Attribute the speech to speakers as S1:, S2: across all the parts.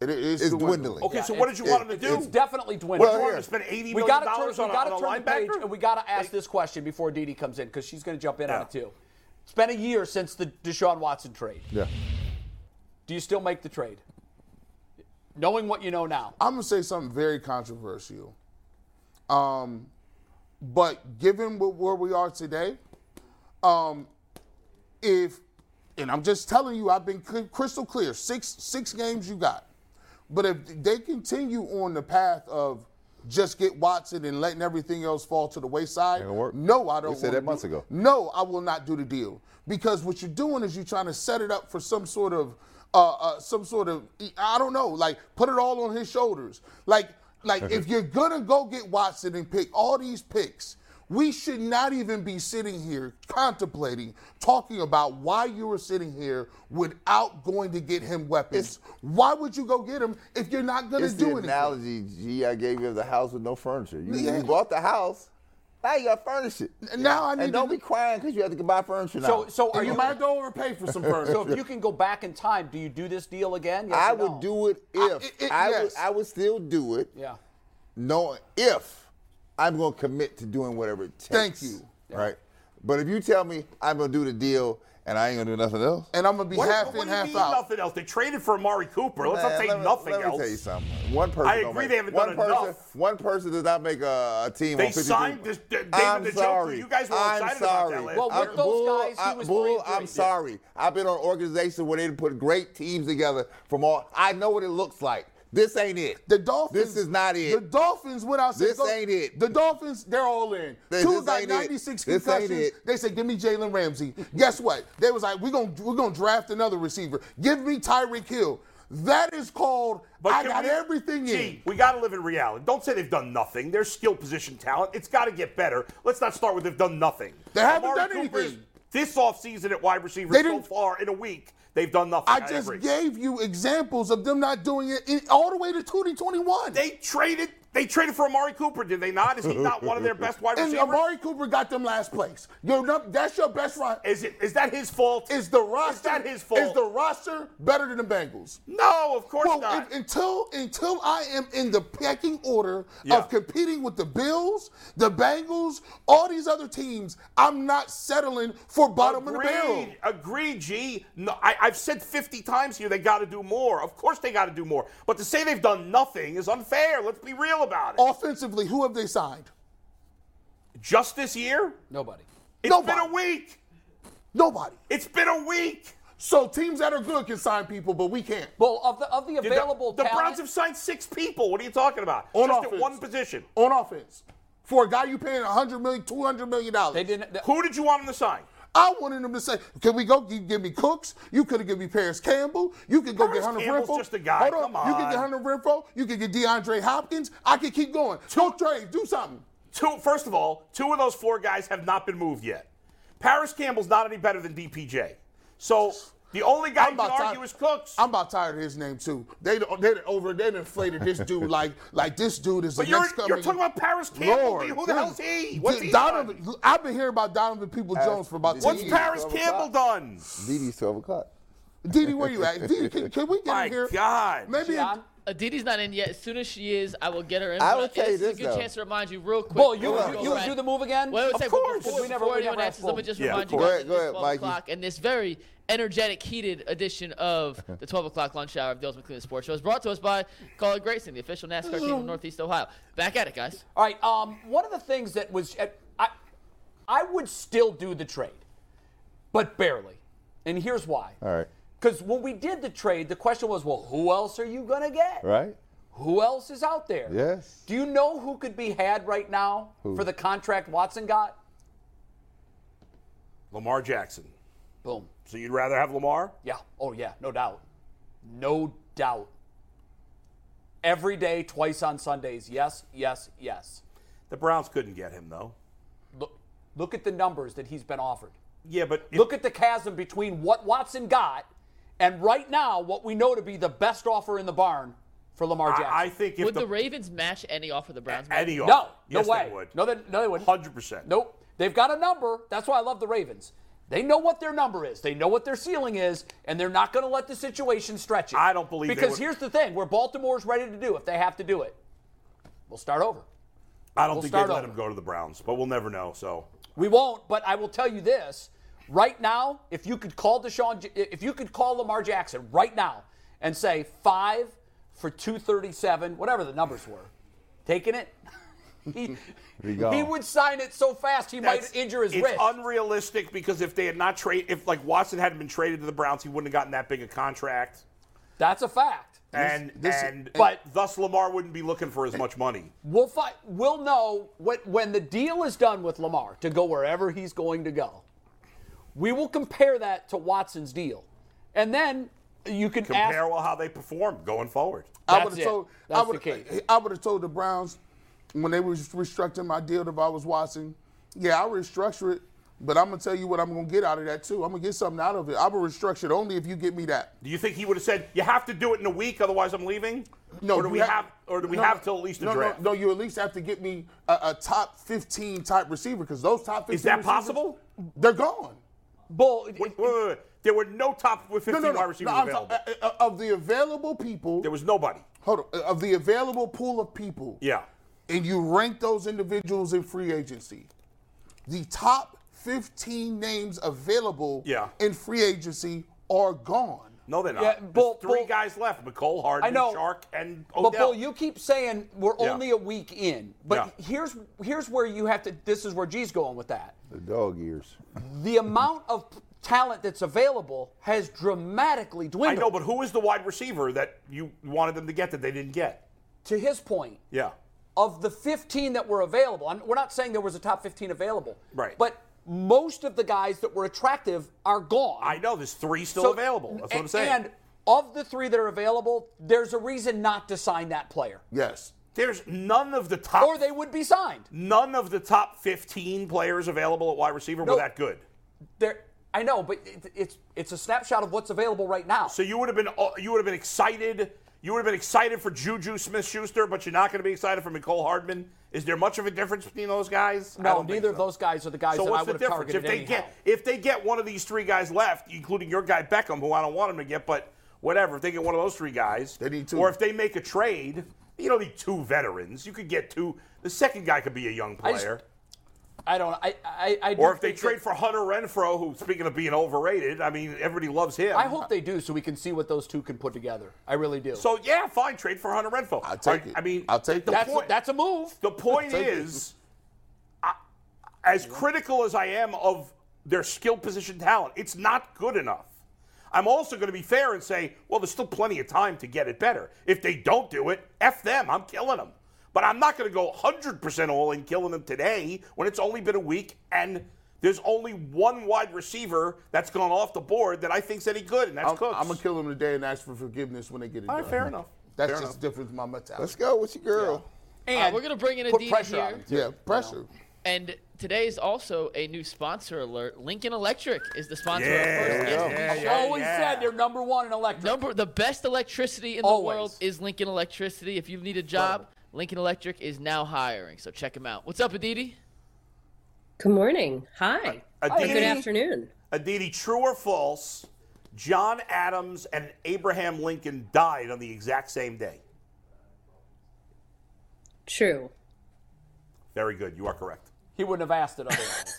S1: It is
S2: It's
S1: dwindling.
S2: dwindling.
S3: Okay, so
S1: Yeah,
S3: what did you
S1: it-
S3: want him to do?
S2: It's definitely dwindling.
S1: Well,
S3: you want
S1: here.
S3: him to spend eighty
S2: We
S3: million
S2: got to turn,
S3: dollars
S2: we
S3: on,
S2: gotta
S3: on a
S2: turn the page,
S3: linebacker?
S2: and we got to ask this question before Dee Dee comes in because she's going to jump in on
S3: Yeah.
S2: it too. It's been a year since the Deshaun Watson trade.
S1: Yeah.
S2: Do you still make the trade? Knowing what you know now,
S1: I'm gonna say something very controversial. Um, but given what, where we are today, um, if and I'm just telling you, I've been cl- crystal clear. Six six games you got, but if they continue on the path of just get Watson and letting everything else fall to the wayside,
S4: Ain't gonna work.
S1: no, I don't.
S4: We said
S1: wanna
S4: that
S1: do-
S4: months ago.
S1: No, I will not do the deal because what you're doing is you're trying to set it up for some sort of, uh, uh, some sort of, I don't know, like put it all on his shoulders. Like, like if you're gonna go get Watson and pick all these picks, we should not even be sitting here contemplating, talking about why you were sitting here without going to get him weapons. why would you go get him if you're not gonna
S4: It's
S1: do
S4: the
S1: anything?
S4: analogy G I gave you of the house with no furniture. You,
S1: Yeah.
S4: you bought the house, now you got to furnish it.
S1: And now I need
S4: And don't
S1: to-
S4: be crying because you have to buy furniture now.
S2: so so are
S1: you
S2: you?
S1: might go overpay for some furniture.
S2: So if you can go back in time, do you do this deal again? Yes
S4: I
S2: or no?
S4: would do it if
S1: it- it-
S4: I
S1: yes.
S4: would. I would still do it.
S2: Yeah.
S4: Knowing if I'm going to commit to doing whatever it takes.
S1: Thank you.
S4: Right. But if you tell me I'm going to do the deal and I ain't going to do nothing else,
S1: and I'm gonna be
S3: What,
S1: half
S3: what
S1: in,
S3: do you
S1: half
S3: mean
S1: out.
S3: nothing else? They traded for Amari Cooper. Let's
S4: Man,
S3: not say
S4: let me-
S3: nothing
S4: let me
S3: else.
S4: tell you something. One person.
S3: I
S4: don't
S3: agree
S4: make-
S3: they haven't
S4: one
S3: done
S4: person,
S3: enough.
S4: One person does not make a, a team.
S3: They
S4: on 52.
S3: signed this- D- David
S4: I'm
S3: the Joker.
S4: sorry.
S3: You guys were
S4: I'm
S3: excited about
S4: sorry.
S3: that last
S2: Well, with those
S4: I'm- Bull,
S2: guys, he
S4: I,
S2: was
S4: Bull,
S2: three and three.
S4: I'm sorry. I've been on organizations where they put great teams together from all. I know what it looks like. This ain't it.
S1: The Dolphins.
S4: This is not it.
S1: The Dolphins went out. said,
S4: This
S1: "Go-"
S4: ain't it.
S1: The Dolphins, they're all in.
S4: This-
S1: Two
S4: this
S1: got
S4: ain't it.
S1: 96
S4: This ain't
S1: concussions.
S4: it.
S1: They said, give me Jalen Ramsey. Guess what? They was like, we're gonna we're gonna draft another receiver. Give me Tyreek Hill. That is called I
S3: can
S1: got
S3: we-
S1: everything
S3: Gee,
S1: in.
S3: We got to live in reality. Don't say they've done nothing. Their skill position talent, it's got to get better. Let's not start with they've done nothing.
S1: They haven't
S3: Amari
S1: done
S3: Cooper's-
S1: anything.
S3: This offseason at wide receiver
S1: They
S3: so
S1: didn't-
S3: far in a week, they've done nothing.
S1: I just
S3: agree.
S1: gave you examples of them not doing it in, all the way to 2021.
S3: They traded they traded for Amari Cooper, did they not? Is he not one of their best wide
S1: and
S3: receivers?
S1: Amari Cooper got them last place. You're not, that's your best run.
S3: is it is that his fault?
S1: Is the roster
S3: Is that his fault?
S1: Is the roster better than the Bengals?
S3: No, of course
S1: Well,
S3: not.
S1: if- until until I am in the pecking order
S3: Yeah.
S1: of competing with the Bills, the Bengals, all these other teams, I'm not settling for bottom of the barrel.
S3: Agreed, agreed, G. No, I, I've said 50 times here they got to do more. Of course they got to do more. But to say they've done nothing is unfair. Let's be real about it.
S1: Offensively, who have they signed?
S3: Just this year?
S2: Nobody.
S3: It's
S1: Nobody.
S3: been a week.
S1: Nobody.
S3: It's been a week.
S1: So teams that are good can sign people, but we can't.
S2: Well, of the of the
S3: The-
S2: available
S3: the,
S2: talent,
S3: Browns have signed six people. What are you talking about?
S1: On
S3: Just at
S1: offense.
S3: one position.
S1: On offense, for a guy you paying 100 million, 200 million dollars,
S2: they didn't. they-
S3: Who did you want them to sign?
S1: I wanted them to say, "Can we go? You give me Cooks. You could have given me Paris Campbell. You could go
S3: Paris
S1: get Hunter
S3: Campbell's
S1: Renfro.
S3: just a guy.
S1: Hold on.
S3: Come
S1: You could get
S3: on.
S1: Hunter Renfro. You could get DeAndre Hopkins. I could keep going. Go trade. Do something.
S3: Two, first of all, two of those four guys have not been moved yet. Paris Campbell's not any better than DPJ. So the only guy you can argue is Cooks.
S1: I'm about tired of his name too. They don't- they done over they done inflated this dude like like this dude is
S3: But
S1: the
S3: you're-
S1: next coming.
S3: you're talking about Paris Campbell,
S1: Lord,
S3: dude. Who the
S1: dude.
S3: hell's he? What's he
S1: Donovan, I've been hearing about Donovan People Jones for about
S4: Ask-
S1: ten
S3: What's
S4: Dee Dee.
S1: years.
S3: Paris
S4: Twelve
S3: Campbell
S4: o'clock.
S3: done?
S4: Dee Dee's 12 o'clock.
S1: Didi, where you at? Didi, can, can we get
S3: My
S1: in here?
S3: God.
S1: Maybe
S2: John?
S5: Aditi's not in yet. As soon as she is, I will get her in.
S4: I
S5: But
S4: will tell
S5: it
S4: you
S5: is
S4: this,
S5: a good
S4: though.
S5: chance to remind you real quick.
S2: Bull, you
S5: before
S2: would-
S5: we
S2: you
S5: go
S2: would
S5: back.
S2: do the move again?
S5: Well, I would
S2: Of
S5: say, but
S3: course.
S5: Before,
S2: We never- we
S5: before we
S2: never
S5: do that,
S2: asked
S5: just let me
S2: Bull.
S5: just
S3: Yeah, of
S5: remind you
S3: course.
S5: guys
S4: Go ahead,
S5: of
S4: go
S5: the
S4: ahead,
S5: 12
S4: Mike.
S5: o'clock and this very energetic, heated edition of the 12 o'clock lunch hour of the Ultimate Cleveland Sports Show is brought to us by Colin Grayson, the official NASCAR team of Northeast Ohio. Back at it, guys.
S2: All right. Um, one of the things that was, I, I would still do the trade, but barely, and here's why.
S4: All right.
S2: Because when we did the trade, the question was, well, who else are you gonna get?
S4: Right.
S2: Who else is out there?
S4: Yes.
S2: Do you know who could be had right now for the contract Watson got?
S3: Lamar Jackson.
S2: Boom.
S3: So you'd rather have Lamar?
S2: Yeah. Oh yeah. No doubt. No doubt. Every day, twice on Sundays. Yes, yes, yes.
S3: The Browns couldn't get him though.
S2: Look, look at the numbers that he's been offered.
S3: Yeah, but if-
S2: Look at the chasm between what Watson got and right now what we know to be the best offer in the barn for Lamar Jackson.
S3: I, I think if
S5: Would
S3: the,
S5: the, Ravens match any offer the Browns made?
S3: any
S2: no, no
S3: yes,
S2: way.
S3: they would.
S2: No, they, no, they wouldn't.
S3: hundred percent.
S2: Nope. They've got a number. That's why I love the Ravens. They know what their number is. They know what their ceiling is, and they're not going to let the situation stretch it.
S3: I don't believe they
S2: because
S3: would-
S2: here's the thing: where Baltimore's ready to do if they have to do it, we'll start over.
S3: I don't
S2: We'll
S3: think they'd
S2: start
S3: let
S2: over.
S3: him go to the Browns, but we'll never know. So
S2: We won't. But I will tell you this: right now, if you could call Deshaun, J- if you could call Lamar Jackson right now and say five for two thirty-seven, whatever the numbers were, taking it. He,
S1: gone.
S2: he would sign it so fast he
S3: That's-
S2: might injure his
S3: it's
S2: wrist.
S3: unrealistic because if they had not traded, if like Watson hadn't been traded to the Browns, he wouldn't have gotten that big a contract,
S2: That's a fact.
S3: and
S4: this-
S3: and
S2: but-
S3: thus Lamar wouldn't be looking for as much money.
S2: We'll find, we'll know when, when the deal is done with Lamar to go wherever he's going to go. We will compare that to Watson's deal, and then you can ask-
S3: Compare well how they perform going forward.
S4: I
S2: That's
S4: would have
S2: it.
S4: told.
S2: That's
S4: I
S2: the
S4: would.
S2: key.
S4: I would have told the Browns when they was restructuring my deal. If I was Watson, yeah, I'll restructure it. But I'm gonna tell you what I'm gonna get out of that too. I'm gonna get something out of it. I will restructure it only if you get me that.
S3: Do you think he would have said you have to do it in a week, otherwise I'm leaving?
S4: No,
S3: or do
S4: you
S3: we have, or do we
S4: no,
S3: have till at least the
S4: no, no,
S3: draft?
S4: No, you at least have to get me a, a top 15 type receiver because those top 15
S3: Is that
S4: receivers,
S3: possible?
S4: They're gone.
S2: Bull.
S3: Wait, wait, wait, wait. There were no top 15
S4: No, no, no.
S3: wide receivers
S4: no, I'm
S3: available.
S4: sorry, uh, uh, of the available people,
S3: there was nobody.
S4: hold on, uh, of the available pool of people,
S3: Yeah.
S4: and you rank those individuals in free agency, the top 15 names available
S3: Yeah.
S4: in free agency are gone.
S3: No, they're not.
S2: Yeah, Bull-
S3: There's three
S2: Bull-
S3: guys left: McCole Hardman,
S2: I know.
S3: Shark, and Odell.
S2: But Bull, you keep saying we're
S3: Oh, Yeah.
S2: only a week in. But
S3: Yeah.
S2: here's here's where you have to. This is where G's going with that.
S1: The dog ears.
S2: The amount of talent that's available has dramatically
S3: I
S2: dwindled.
S3: know, but who is the wide receiver that you wanted them to get that they didn't get?
S2: to his point,
S3: Yeah.
S2: of the 15 that were available, and we're not saying there was a top 15 available,
S3: Right.
S2: But most of the guys that were attractive are gone.
S3: I know there's three still
S2: So-
S3: available. That's what I'm
S2: and-
S3: saying.
S2: And of the three that are available, there's a reason not to sign that player,
S4: Yes.
S3: there's none of the top
S2: or they would be signed.
S3: none of the top 15 players available at wide receiver
S2: No.
S3: were that good.
S2: There, I know, but it, it's it's a snapshot of what's available right now.
S3: So you would have been uh, you would have been excited. You would have been excited for Juju Smith-Schuster, but you're not going to be excited for McCole Hardman. Is there much of a difference between those guys? I
S2: no,
S3: don't think
S2: neither of
S3: so.
S2: those guys are the guys
S3: So
S2: that I
S3: what's the
S2: would have
S3: difference
S2: targeted
S3: if they
S2: anyhow.
S3: get if they get one of these three guys left, including your guy Beckham, who I don't want him to get, but whatever. If they get one of those three guys,
S4: They need two.
S3: Or if they make a trade, you don't need two veterans. You could get two. The second guy could be a young
S2: I just-
S3: player.
S2: I don't. I. I. I do
S3: or if they
S2: think
S3: trade
S2: that-
S3: for Hunter Renfro, who speaking of being overrated, I mean everybody loves him.
S2: I hope they do, so we can see what those two can put together. I really do.
S3: So yeah, fine, trade for Hunter Renfro.
S4: I'll take
S3: I,
S4: it.
S3: I mean,
S4: I'll take
S3: the
S4: it.
S2: that's
S3: point-
S2: that's a move.
S3: The point
S4: Take it.
S3: is, I, as critical as I am of their skill position talent, it's not good enough. I'm also going to be fair and say, well, there's still plenty of time to get it better. If they don't do it, F them. I'm killing them. But I'm not going to go 100% all in killing them today when it's only been a week and there's only one wide receiver that's gone off the board that I think's any good, and that's
S4: I'm,
S3: Cooks.
S4: I'm gonna kill them today and ask for forgiveness when they get it
S3: All
S4: done.
S3: right, fair enough.
S4: That's
S3: Fair
S4: just
S3: enough.
S4: the difference in my mentality.
S1: Let's go with your girl.
S2: And
S5: All right, we're gonna bring in
S2: put
S5: Adina
S2: pressure on
S5: here.
S2: him, too.
S4: Yeah, pressure.
S5: And today is also a new sponsor alert. Lincoln Electric is the sponsor
S3: Yeah,
S5: of First
S3: yeah,
S5: Guest
S3: yeah,
S5: Feature.
S2: I always said they're number one in electric.
S5: Number the best electricity in
S2: Always.
S5: the world is Lincoln Electricity. If you need a job, Lincoln Electric is now hiring. So check them out. What's up, Aditi?
S6: Good morning. Hi.
S3: Aditi?
S6: Or good afternoon.
S3: Aditi, true or false, John Adams and Abraham Lincoln died on the exact same day.
S6: True.
S3: Very good. You are correct.
S2: He wouldn't have asked it otherwise.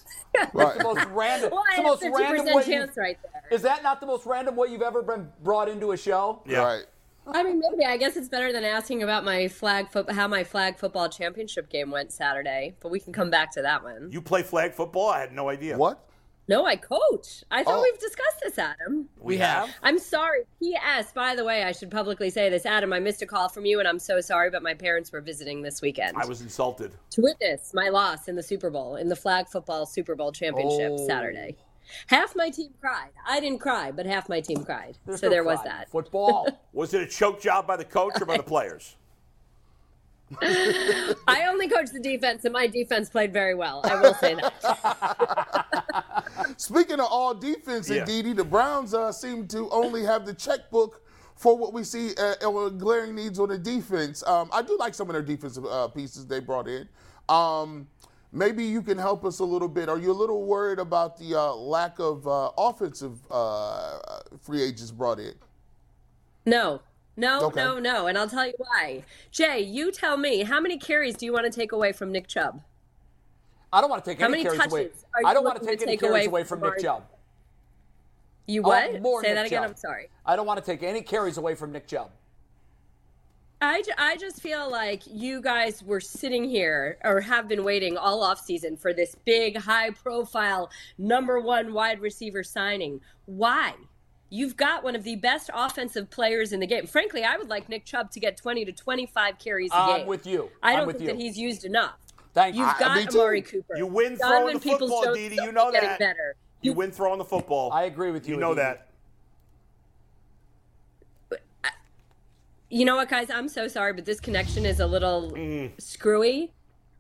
S4: Right.
S2: the most random.
S6: Well,
S2: it's
S6: I
S2: the
S6: have
S2: most random way.
S6: 50% chance
S2: you've-
S6: right there.
S2: Is that not the most random way you've ever been brought into a show?
S3: Yeah.
S4: Right.
S6: I mean, maybe I guess it's better than asking about my flag foot, how my flag football championship game went Saturday. But we can come back to that one.
S3: You play flag football? I had no idea.
S4: What?
S6: No, I coach. I thought
S4: Oh.
S6: we've discussed this, Adam.
S5: We have.
S6: I'm sorry. P.S. By the way, I should publicly say this, Adam. I missed a call from you, and I'm so sorry. But my parents were visiting this weekend
S3: I was insulted.
S2: Oh.
S6: to witness my loss in the Super Bowl in the flag football Super Bowl championship Saturday. Half my team cried. I didn't cry, but half my team cried.
S2: There's
S6: so
S2: no
S6: there was
S2: crime.
S6: that.
S2: Football.
S3: Was it a choke job by the coach or by the players?
S6: I only coached the defense, and my defense played very well. I will say that.
S4: Speaking of all defense,
S3: Yeah.
S4: indeedy, the Browns uh, seem to only have the checkbook for what we see uh, uh, glaring needs on the defense. Um, I do like some of their defensive uh, pieces they brought in. Um, maybe you can help us a little bit. Are you a little worried about the uh, lack of uh, offensive uh, free agents brought in?
S6: No. No,
S4: Okay.
S6: no, no. And I'll tell you why. Jay, you tell me, how many carries do you want to take away from Nick Chubb?
S2: I don't want to take
S6: How
S2: any
S6: many
S2: carries away.
S6: touches are
S2: I
S6: you
S2: don't want to
S6: looking to
S2: take any
S6: take away
S2: carries away from
S6: from
S2: Nick
S6: Mark?
S2: Chubb.
S6: You
S2: I want
S6: what?
S2: Oh, more
S6: Say
S2: Nick
S6: that again.
S2: Chubb.
S6: I'm sorry.
S2: I don't want to take any carries away from Nick Chubb.
S6: I, ju- I just feel like you guys were sitting here or have been waiting all offseason for this big, high profile, number one wide receiver signing. Why? You've got one of the best offensive players in the game. Frankly, I would like Nick Chubb to get 20 to 25 carries a
S2: I'm
S6: game.
S2: with you.
S6: I
S2: I'm
S6: don't
S2: with
S6: think
S2: you.
S6: that he's used enough.
S2: Thank you.
S6: You've
S2: I,
S6: got Amari Cooper.
S3: You win throwing
S6: Donovan
S3: the football,
S6: Peoples-Jones
S3: Didi,
S6: is
S3: you know
S6: getting
S3: that.
S6: Better.
S3: You win throwing the football.
S2: I agree with you,
S3: You know
S2: Aditi.
S3: that.
S6: You know what, guys? I'm so sorry, but this connection is a little screwy.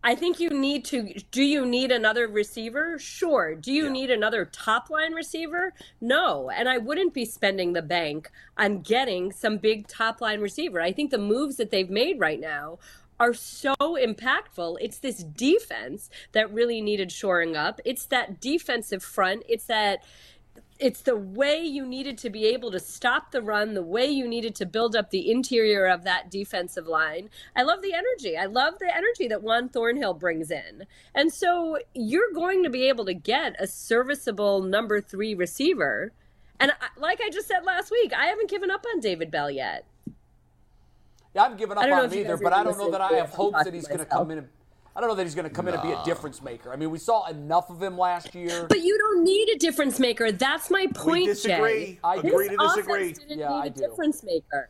S6: I think you need to. Do you need another receiver? Sure. Do you need another top line receiver? No. And I wouldn't be spending the bank on getting some big top line receiver. I think the moves that they've made right now are so impactful. It's this defense that really needed shoring up. It's that defensive front. It's that it's the way you needed to be able to stop the run, the way you needed to build up the interior of that defensive line. I love the energy. I love the energy that Juan Thornhill brings in. And so you're going to be able to get a serviceable number three receiver. And I, like I just said last week, I haven't given up on David Bell yet.
S2: I'm giving up
S6: I don't know
S2: on
S6: if
S2: him
S6: you
S2: either,
S6: guys are
S2: but I don't know
S6: listening
S2: that
S6: to
S2: I
S6: it.
S2: have
S6: I'm
S2: hopes that
S6: talking
S2: he's
S6: to
S2: going to come
S6: myself.
S2: in. And, I don't know that he's going to come in and be a difference maker. I mean, we saw enough of him last year.
S6: But you don't need a difference maker. That's my point,
S3: we disagree.
S6: Jay.
S2: I do.
S3: Agree to
S6: This
S3: disagree.
S6: offense didn't
S2: Yeah,
S6: need
S2: I
S6: a
S2: do.
S6: difference maker.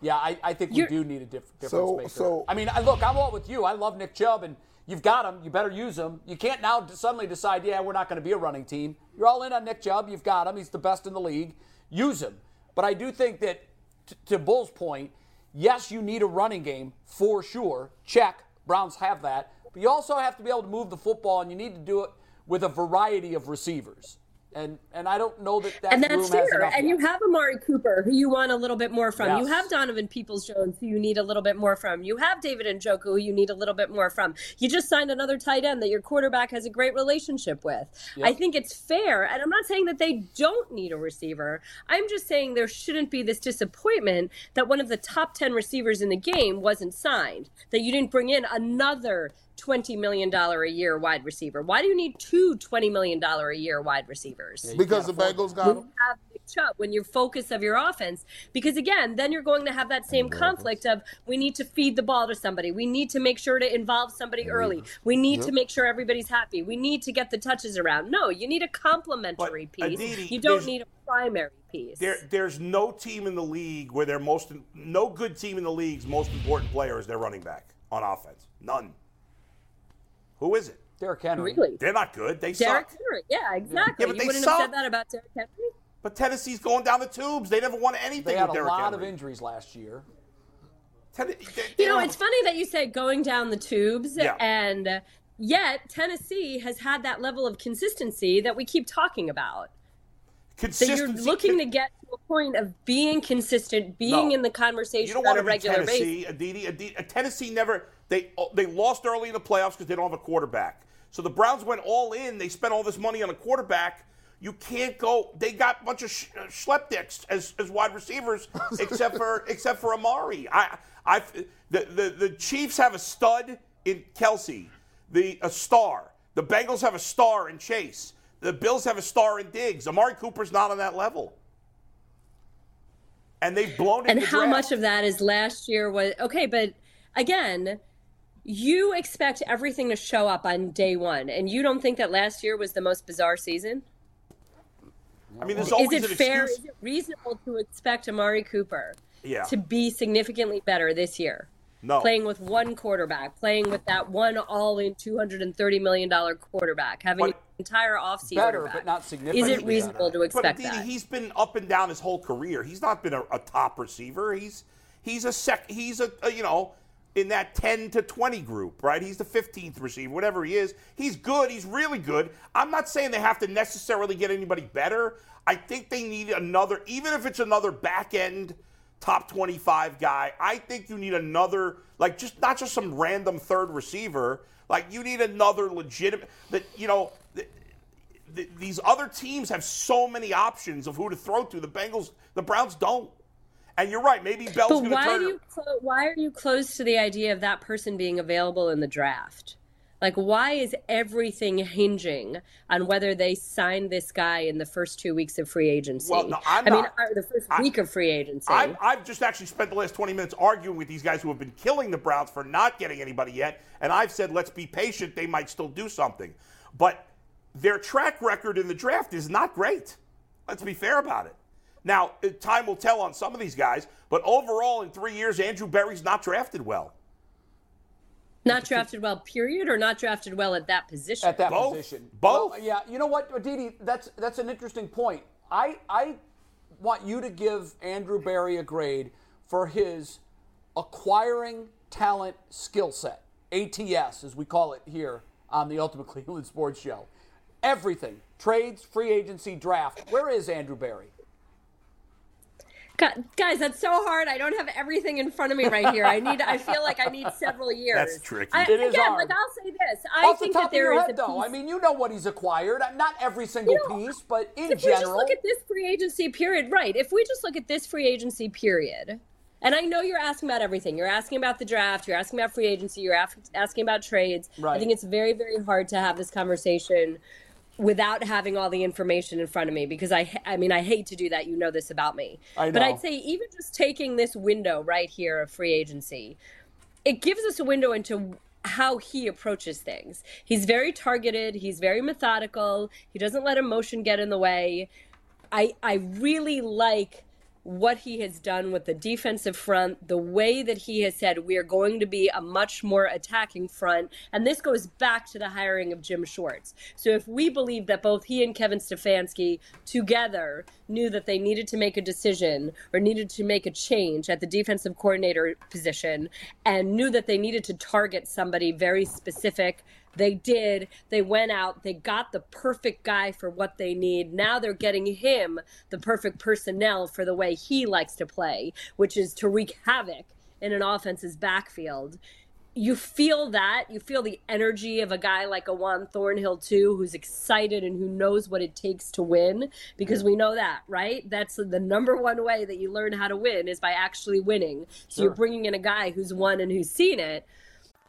S2: yeah, I, I think we
S6: You're-
S2: do need a diff- difference
S1: So-
S2: maker.
S1: so-
S2: I mean, I, look, I'm all with you. I love Nick Chubb, and you've got him. You better use him. You can't now d- suddenly decide, yeah, we're not going to be a running team. You're all in on Nick Chubb. You've got him. He's the best in the league. Use him. But I do think that, t- to Bull's point, yes, you need a running game for sure. Check. Browns have that. But you also have to be able to move the football, and you need to do it with a variety of receivers. And and I don't know that that
S6: and
S2: room
S6: that's
S2: has
S6: fair.
S2: enough
S6: And
S2: yet.
S6: you have Amari Cooper, who you want a little bit more from. You
S2: Yes.
S6: have Donovan Peoples Jones, who you need a little bit more from. You have David Njoku, who you need a little bit more from. You just signed another tight end that your quarterback has a great relationship with. I think it's fair. And I'm not saying that they don't need a receiver. I'm just saying there shouldn't be this disappointment that one of the top 10 receivers in the game wasn't signed, that you didn't bring in another. $20 million a year wide receiver. Why do you need two $20 million a year wide receivers?
S4: Because the Bengals got
S6: when
S4: him.
S6: you have Nick Chubb, when your focus of your offense, because again, then you're going to have that same conflict of we need to feed the ball to somebody, we need to make sure to involve somebody early, we need to make sure everybody's happy, we need to get the touches around. No, you need a complementary
S3: But,
S6: piece.
S3: Aditi,
S6: you don't
S3: there's-
S6: need a primary piece.
S3: There, there's no team in the league where their most no good team in the league's most important player is their running back on offense. None. Who is it?
S2: Derrick Henry.
S6: really,
S3: They're not good. They
S6: Derek
S3: suck.
S6: Henry? Yeah, exactly.
S3: Yeah, but
S6: you
S3: they
S6: wouldn't
S3: suck.
S6: have said that about Derek Henry.
S3: But Tennessee's going down the tubes. They never won anything
S2: They had
S3: with
S2: a
S3: Derrick
S2: lot of
S3: Henry.
S2: injuries last year.
S3: Ten- they- they
S6: You know,
S3: don't-
S6: it's funny that you say going down the tubes
S3: Yeah.
S6: and yet Tennessee has had that level of consistency that we keep talking about. So you're
S3: Consistency-
S6: looking to get to a point of being consistent, being
S3: No.
S6: in the conversation
S3: You don't
S6: on
S3: want
S6: a
S3: to be
S6: regular basis.
S3: Tennessee. Aditi, Aditi, Tennessee never they oh, they lost early in the playoffs because they don't have a quarterback. So the Browns went all in. They spent all this money on a quarterback. You can't go. They got a bunch of sh- uh, schlepdicks as, as wide receivers, except for except for Amari. I I the, the the Chiefs have a stud in Kelsey, the a star. The Bengals have a star in Chase. The Bills have a star in Diggs. Amari Cooper's not on that level. And they've blown it.
S6: And
S3: in the
S6: how
S3: draft.
S6: much of that is last year was okay, but again, you expect everything to show up on day one, and you don't think that last year was the most bizarre season?
S3: I mean, there's
S6: Is
S3: always
S6: it
S3: an
S6: fair?
S3: excuse.
S6: Is it reasonable to expect Amari Cooper
S3: Yeah.
S6: to be significantly better this year?
S3: No.
S6: Playing with one quarterback, playing with that one all in $230 million quarterback, having
S3: But-
S6: entire offseason.
S2: Better,
S6: back.
S2: but not significantly.
S6: Is it reasonable to
S3: But
S6: expect
S3: Didi,
S6: that?
S3: he's been up and down his whole career. He's not been a, a top receiver. He's he's a sec. He's a, a, you know in that 10 to 20 group, right? He's the 15th receiver, whatever he is. He's good. He's really good. I'm not saying they have to necessarily get anybody better. I think they need another, even if it's another back end top 25 guy. I think you need another, like just not just some random third receiver. Like you need another legitimate that you know. th- th- these other teams have so many options of who to throw to. The Bengals, the Browns don't. And you're right. Maybe Bell's
S6: But
S3: going to
S6: why
S3: turn.
S6: do
S3: it-
S6: you clo- why are you closed to the idea of that person being available in the draft? Like, why is everything hinging on whether they sign this guy in the first two weeks of free agency?
S3: Well, no, I'm
S6: I mean,
S3: not-
S6: or the first
S3: I-
S6: week of free agency.
S3: I've, I've just actually spent the last 20 minutes arguing with these guys who have been killing the Browns for not getting anybody yet. And I've said, let's be patient. They might still do something. But their track record in the draft is not great. Let's be fair about it. Now, uh, time will tell on some of these guys. But overall, in three years, Andrew Berry's not drafted well.
S6: not drafted well, period, or not drafted well at that position.
S2: at that
S3: Both.
S2: position.
S3: Both.
S2: Well, yeah, you know what, Didi, that's that's an interesting point. I I want you to give Andrew Barry a grade for his acquiring talent skill set, ATS as we call it here on the Ultimate Cleveland Sports Show. Everything, trades, free agency, draft. Where is Andrew Barry?
S6: God, guys, that's so hard. I don't have everything in front of me right here. I need. I feel like I need several years.
S3: That's tricky.
S6: I,
S2: It is
S6: again,
S2: hard.
S6: like I'll say this. I
S2: Off
S6: think
S2: the top
S6: that there
S2: of
S6: is
S2: your head,
S6: a
S2: though.
S6: piece-
S2: I mean, you know what he's acquired. Not every single
S6: You know,
S2: piece, but in
S6: if we just
S2: general.
S6: look at this free agency period, right? If we just look at this free agency period, and I know you're asking about everything. You're asking about the draft. You're asking about free agency. You're af- asking about trades. I
S2: Right.
S6: think it's very, very hard to have this conversation without having all the information in front of me because I, I mean, I hate to do that. You know this about me.
S2: I
S6: But
S2: know.
S6: I'd say even just taking this window right here of free agency, it gives us a window into how he approaches things. He's very targeted, he's very methodical, he doesn't let emotion get in the way. I I really like what he has done with the defensive front, the way that he has said we are going to be a much more attacking front, and this goes back to the hiring of Jim Schwartz. So if we believe that both he and Kevin Stefanski together knew that they needed to make a decision or needed to make a change at the defensive coordinator position and knew that they needed to target somebody very specific they did. They went out. They got the perfect guy for what they need. Now they're getting him the perfect personnel for the way he likes to play, which is to wreak havoc in an offense's backfield. You feel that. You feel the energy of a guy like a Juan Thornhill, too, who's excited and who knows what it takes to win, because we know that, right? That's the number one way that you learn how to win is by actually winning. So you're bringing in a guy who's won and who's seen it.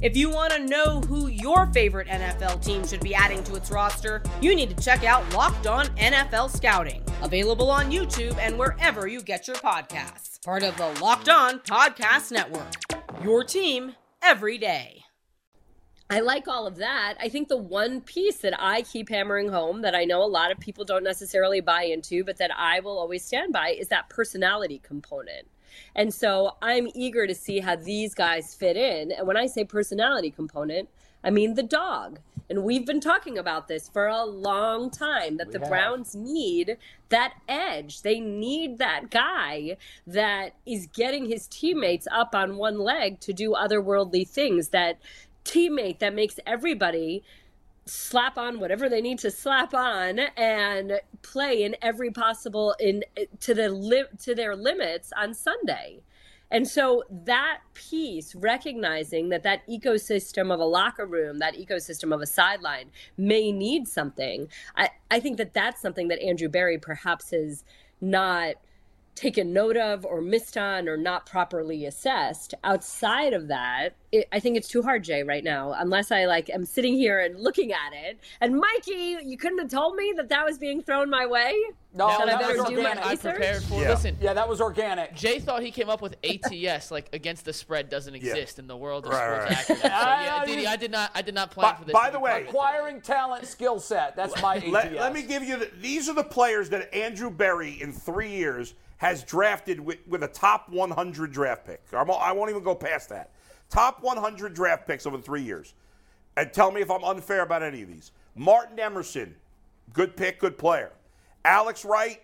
S7: If you want to know who your favorite NFL team should be adding to its roster, you need to check out Locked On NFL Scouting, available on YouTube and wherever you get your podcasts. Part of the Locked On Podcast Network. Your team every day.
S6: I like all of that. I think the one piece that I keep hammering home that I know a lot of people don't necessarily buy into, but that I will always stand by is that personality component. And so I'm eager to see how these guys fit in. And when I say personality component, I mean the dog. And we've been talking about this for a long time that the Browns need that edge. They need that guy that is getting his teammates up on one leg to do otherworldly things that teammate that makes everybody slap on whatever they need to slap on and play in every possible in to the li- to their limits on Sunday. And so that piece recognizing that that ecosystem of a locker room, that ecosystem of a sideline may need something. I I think that that's something that Andrew Barry perhaps is not taken note of or missed on or not properly assessed. Outside of that, it, I think it's too hard, Jay, right now. Unless I like am sitting here and looking at it, and Mikey, you couldn't have told me that that was being thrown my way.
S2: No,
S6: that, I
S2: that was
S6: better do
S2: organic.
S6: my
S2: I
S6: research.
S5: prepared for.
S3: Yeah.
S5: Listen,
S2: Yeah, that was organic.
S5: Jay thought he came up with ATS, like against the spread doesn't exist in the world of
S3: Right, right,
S5: sports acronyms. So, yeah,
S2: I- I
S5: Diddy,
S2: just-
S5: I did not, I did not plan
S3: By,
S5: for this.
S3: by
S5: to
S3: the
S5: be
S3: way,
S5: part of it.
S2: Acquiring talent, skill set. That's my ATS.
S3: Let, let me give you the, these are the players that Andrew Berry in three years has drafted with, with a top 100 draft pick. I'm, I won't even go past that. Top 100 draft picks over three years. And tell me if I'm unfair about any of these. Martin Emerson, good pick, good player. Alex Wright,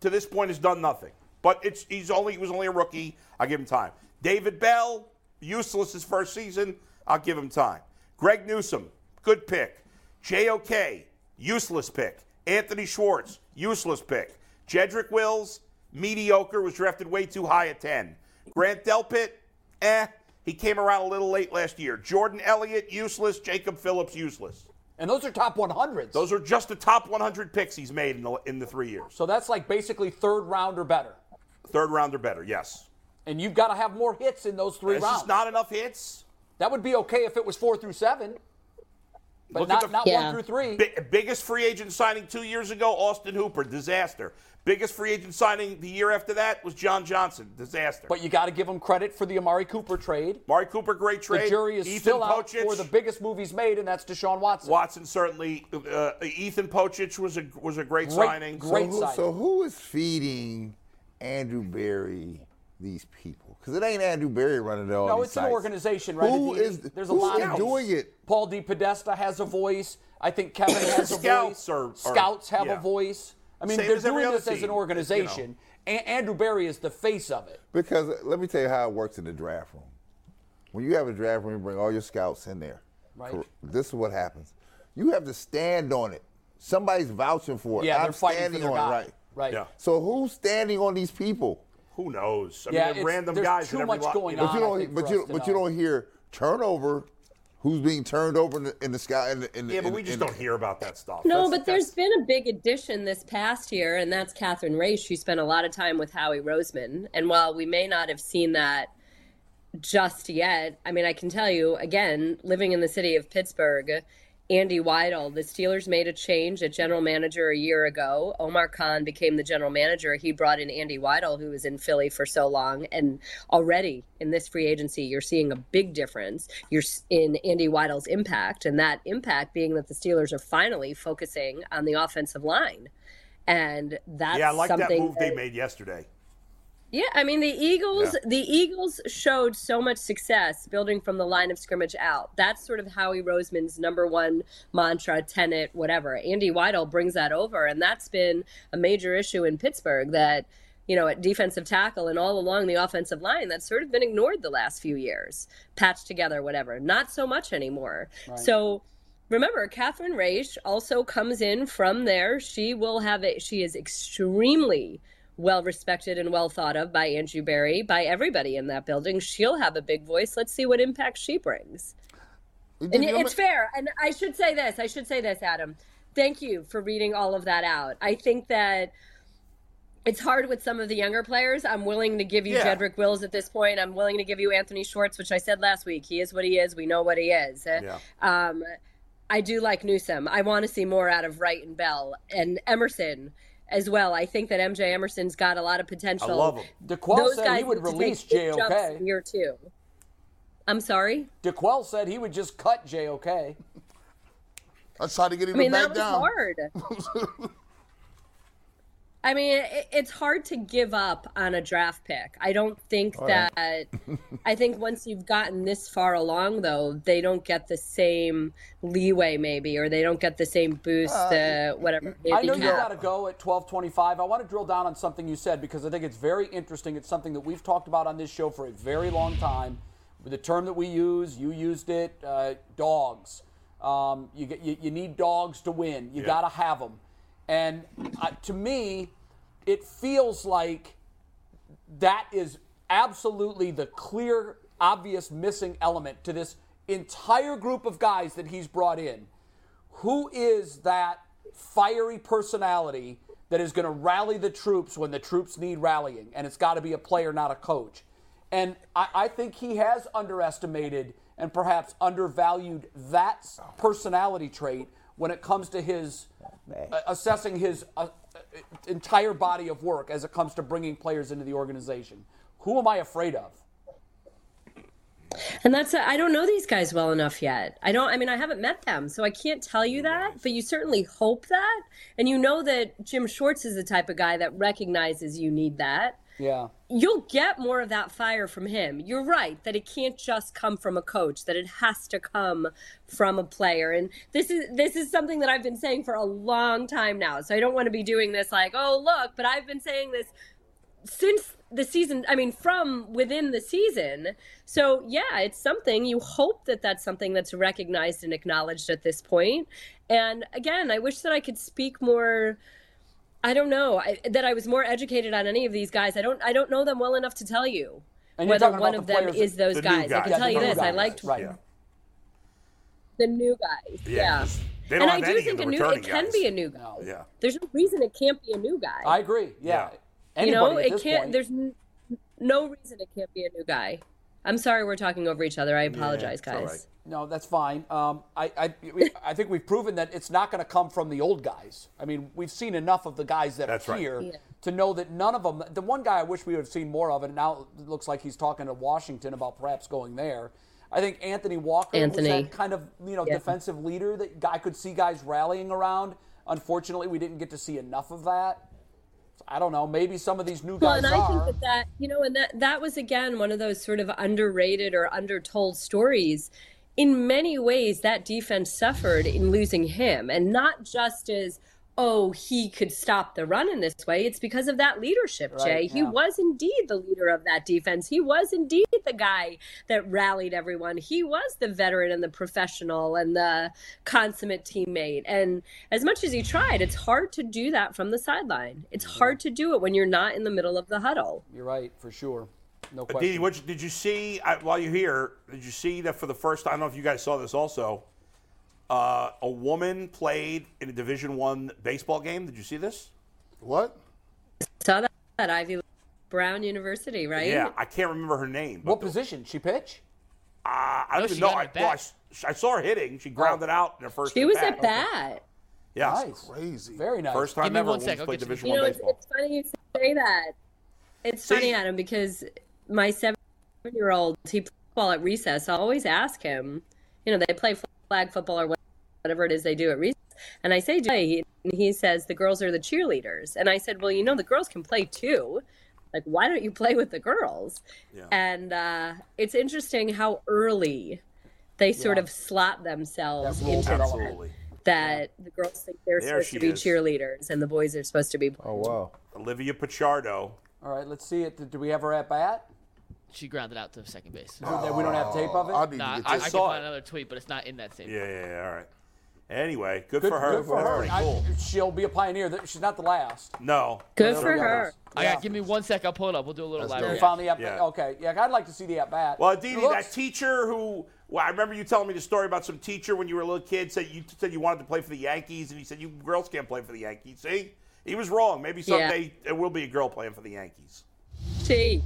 S3: to this point, has done nothing. But it's he's only he was only a rookie. I'll give him time. David Bell, useless his first season. I'll give him time. Greg Newsom, good pick. JOK, useless pick. Anthony Schwartz, useless pick. Jedrick Wills, mediocre, was drafted way too high at 10. Grant Delpit, eh, he came around a little late last year. Jordan Elliott, useless. Jacob Phillips, useless.
S2: and those are top 100s.
S3: Those are just the top 100 picks he's made in the, in the three years.
S2: so that's like basically third round or better.
S3: Third round or better, yes.
S2: And you've got to have more hits in those three
S3: It's
S2: rounds.
S3: just not enough hits.
S2: that would be okay if it was four through seven, but
S3: Look at
S2: not,
S3: the-
S2: not
S6: Yeah.
S2: one through three.
S3: Bi- biggest free agent signing two years ago, Austin Hooper, disaster. Biggest free agent signing the year after that was John Johnson, disaster.
S2: But you got to give them credit for the Amari Cooper trade.
S3: Mari Cooper, great trade.
S2: The jury is
S3: Ethan
S2: still out
S3: Pocic,
S2: for the biggest movies made, and that's Deshaun Watson.
S3: Watson certainly. Uh, Ethan Pocic was a was a great,
S2: Great-
S3: signing.
S2: great-
S1: so, who,
S2: side.
S1: so who is feeding Andrew Berry these people? Because it ain't Andrew Berry running all
S2: No,
S1: these
S2: it's an
S1: sites.
S2: organization, right?
S1: Who
S2: It- it-
S1: is
S2: there's a
S1: who
S2: lot
S1: is
S2: of
S1: doing it?
S2: Paul D. Podesta has a voice. I think Kevin has a
S3: Scouts
S2: voice.
S3: are- are-
S2: Scouts have
S3: yeah.
S2: a voice. I mean,
S3: Same
S2: they're
S3: as every
S2: doing
S3: other
S2: this as
S3: team,
S2: an
S3: you know.
S2: organization. A- Andrew Berry is the face of it.
S1: Because uh, let me tell you how it works in the draft room. When you have a draft room, you bring all your scouts in there.
S2: Right.
S1: Cor- This is what happens. You have to stand on it. Somebody's vouching for it.
S2: Yeah,
S1: I'm
S2: they're fighting for
S1: standing
S2: their
S1: on
S2: guy.
S1: it, right?
S2: Right.
S3: Yeah.
S1: So who's standing on these people?
S3: Who knows? I
S2: Yeah,
S3: mean, they're
S2: it's-
S3: random
S2: there's
S3: guys.
S2: too
S3: in every
S2: much
S3: lot,
S2: going
S3: you know.
S1: But you
S2: I
S1: don't.
S2: think
S1: but
S2: for
S1: you.
S2: us to
S1: But you
S2: know.
S1: don't hear turnover. Who's being turned over in the, in the sky? In the, in,
S3: Yeah, but
S1: in-
S3: we
S1: in-
S3: just don't hear about that stuff.
S6: No,
S3: That's-
S6: but there's
S3: that's-
S6: been a big addition this past year, and that's Catherine Race. She spent a lot of time with Howie Roseman. And while we may not have seen that just yet, I mean, I can tell you again, living in the city of Pittsburgh, Andy Weidel, the Steelers made a change at general manager a year ago. Omar Khan became the general manager. He brought in Andy Weidel, who was in Philly for so long. And already in this free agency, you're seeing a big difference you're s- in Andy Weidel's impact. And that impact being that the Steelers are finally focusing on the offensive line. And that's
S3: Yeah, I like that
S6: something
S3: move they
S6: that-
S3: made yesterday.
S6: yeah, I mean the Eagles. The Eagles showed so much success building from the line of scrimmage out. That's sort of Howie Roseman's number one mantra, tenet, whatever. Andy Weidel brings that over, and that's been a major issue in Pittsburgh. That you know at defensive tackle and all along the offensive line, that's sort of been ignored the last few years, patched together, whatever. Not so much anymore. So remember catherine reich also comes in from there she will have a she is extremely well respected and well thought of by andrew barry by everybody in that building she'll have a big voice let's see what impact she brings and it- it's fair. And I should say this. I should say this, Adam. Thank you for reading all of that out. I think that it's hard with some of the younger players. I'm willing to give you
S3: Yeah.
S6: Jedrick Wills at this point. I'm willing to give you Anthony Schwartz, which I said last week. He is what he is. We know what he is. Uh,
S3: Yeah.
S6: Um, I do like Newsom. I want to see more out of Wright and Bell and Emerson as well. I think that MJ Emerson's got a lot of potential.
S3: I love him.
S2: DeQuell
S6: Those
S2: said
S6: guys
S2: he would
S6: need to take
S2: release
S6: big jumps
S2: JOK.
S6: in year two. I'm sorry.
S2: DeQuell said he would just cut JOK.
S4: I tried to get him
S6: I mean,
S4: to
S6: that
S4: back
S6: was
S4: down.
S6: hard. I mean, it, it's hard to give up on a draft pick. I don't think that. I think once you've gotten this far along, though, they don't get the same leeway, maybe, or they don't get the same boost, uh, whatever.
S2: I
S6: maybe
S2: know you
S6: had.
S2: got to go at 12:25. I want to drill down on something you said because I think it's very interesting. It's something that we've talked about on this show for a very long time. With The term that we use, you used it, uh, dogs. Um, you, get, you you need dogs to win. You got to have them. And uh, to me, it feels like that is absolutely the clear, obvious missing element to this entire group of guys that he's brought in. Who is that fiery personality that is going to rally the troops when the troops need rallying, and it's got to be a player, not a coach. And I, I think he has underestimated and perhaps undervalued that s- personality trait when it comes to his uh, assessing his uh, uh, entire body of work as it comes to bringing players into the organization. Who am I afraid of?
S6: And that's I I don't know these guys well enough yet. I don't I mean I haven't met them, so I can't tell you that, but you certainly hope that. And you know that Jim Schwartz is the type of guy that recognizes you need that.
S2: Yeah.
S6: You'll get more of that fire from him. You're right that it can't just come from a coach, that it has to come from a player. And this is this is something that I've been saying for a long time now. So I don't want to be doing this like, "Oh, look," but I've been saying this since the season i mean from within the season so yeah it's something you hope that that's something that's recognized and acknowledged at this point and again i wish that i could speak more i don't know I, that i was more educated on any of these guys i don't i don't know them well enough to tell you
S2: And you're
S6: whether
S2: talking about
S6: one
S2: the
S6: of them
S2: players-
S6: is those
S3: the new
S6: guys i
S3: guys.
S6: can
S3: Yeah,
S6: tell
S3: the
S6: you
S3: new
S6: this i
S3: guys.
S6: liked
S2: right.
S6: the new guys yeah,
S3: just- They don't
S6: and i
S3: have
S6: do
S3: any
S6: think
S3: of
S6: a
S3: the
S6: new
S3: returning
S6: it can
S3: guys.
S6: be a new guy
S3: Yeah.
S6: there's no reason it can't be a new guy
S2: I agree. Yeah.
S3: Yeah.
S2: Anybody
S6: you know
S2: at
S6: it
S2: this
S6: can't
S2: point.
S6: there's n- no reason it can't be a new guy i'm sorry we're talking over each other i apologize
S3: it's all
S6: guys
S3: right.
S2: No, that's fine. Um, I, I, we- I think we've proven that it's not going to come from the old guys. I mean, we've seen enough of the guys that
S3: That's
S2: are
S3: right.
S2: here
S6: Yeah.
S2: to know that none of them. The one guy I wish we would have seen more of, and now it looks like he's talking to Washington about perhaps going there. I think Anthony Walker
S6: Anthony.
S2: was that kind of you know defensive leader that I could see guys rallying around. Unfortunately, we didn't get to see enough of that. I don't know. Maybe some of these new
S6: well
S2: guys
S6: and i
S2: are.
S6: think that that you know and that that was again one of those sort of underrated or undertold stories in many ways that defense suffered in losing him and not just as oh he could stop the run in this way it's because of that leadership jay
S2: Right,
S6: he
S2: yeah.
S6: was indeed the leader of that defense he was indeed the guy that rallied everyone he was the veteran and the professional and the consummate teammate and as much as he tried it's hard to do that from the sideline it's
S2: Mm-hmm.
S6: hard to do it when you're not in the middle of the huddle
S2: You're right for sure. No
S3: Uh, Didi,
S2: question.
S3: what you- did you see I, while you're here? Did you see that for the first? I don't know if you guys saw this also. Uh, a woman played in a Division One baseball game. Did you see this?
S4: What?
S6: saw that at ivy brown university right
S3: Yeah, I can't remember her name. But
S2: What
S3: the-
S2: position? She pitch?
S3: I, I
S5: No,
S3: don't even
S5: she
S3: know.
S5: got
S3: I,
S5: it
S3: well, I
S5: back.
S3: s- I saw her hitting. She
S5: Oh.
S3: grounded out in her first.
S6: she was
S3: at
S6: at bat
S3: Yeah,
S2: Nice.
S4: Crazy.
S2: Very nice.
S3: first time
S5: Give me
S3: ever.
S5: one
S3: woman's
S5: sec, I'll
S3: played
S5: get you
S3: Division
S6: you
S3: One
S6: know it's,
S3: baseball.
S6: it's funny you say that it's
S3: See?
S6: funny adam because my seven year old he plays football at recess i always ask him you know they play flag football or whatever it is they do at recess and i say Jay, and he says the girls are the cheerleaders and i said well you know the girls can play too like why don't you play with the girls and uh, it's interesting how early they sort of slot themselves
S2: That rule
S6: into that,
S3: Absolutely,
S6: that the girls think they're
S3: There
S6: supposed
S3: she
S6: to be
S3: is.
S6: cheerleaders and the boys are supposed to be
S1: Oh wow.
S3: Olivia Pichardo.
S2: All right, let's see it. Do we have her at bat?
S5: She grounded out to second base.
S2: That we don't have tape of it.
S4: I need
S5: Nah,
S4: to
S5: I, I,
S4: get
S5: can
S4: this.
S3: saw
S5: find
S3: it.
S5: another tweet, but it's not in that same.
S3: Yeah, yeah, yeah. All right. Anyway, good,
S2: good
S3: for her.
S2: Good for
S3: That's
S2: her.
S3: pretty
S2: I-
S3: cool.
S2: she'll be a pioneer. That- She's not the last.
S3: no.
S6: good
S3: No,
S6: for
S3: no, no.
S6: her
S5: I got. Give me one sec. I'll pull it up. We'll do a little live.
S2: You
S5: reaction.
S2: found the at bat.
S3: Yeah.
S2: Okay. Yeah, I'd like to see the at bat.
S3: Well, Didi, that
S2: Looks-
S3: teacher who well, I remember you telling me the story about some teacher when you were a little kid said you said you wanted to play for the Yankees, and he said you girls can't play for the Yankees. See, he was wrong. Maybe
S6: Yeah.
S3: someday there will be a girl playing for the Yankees.
S6: she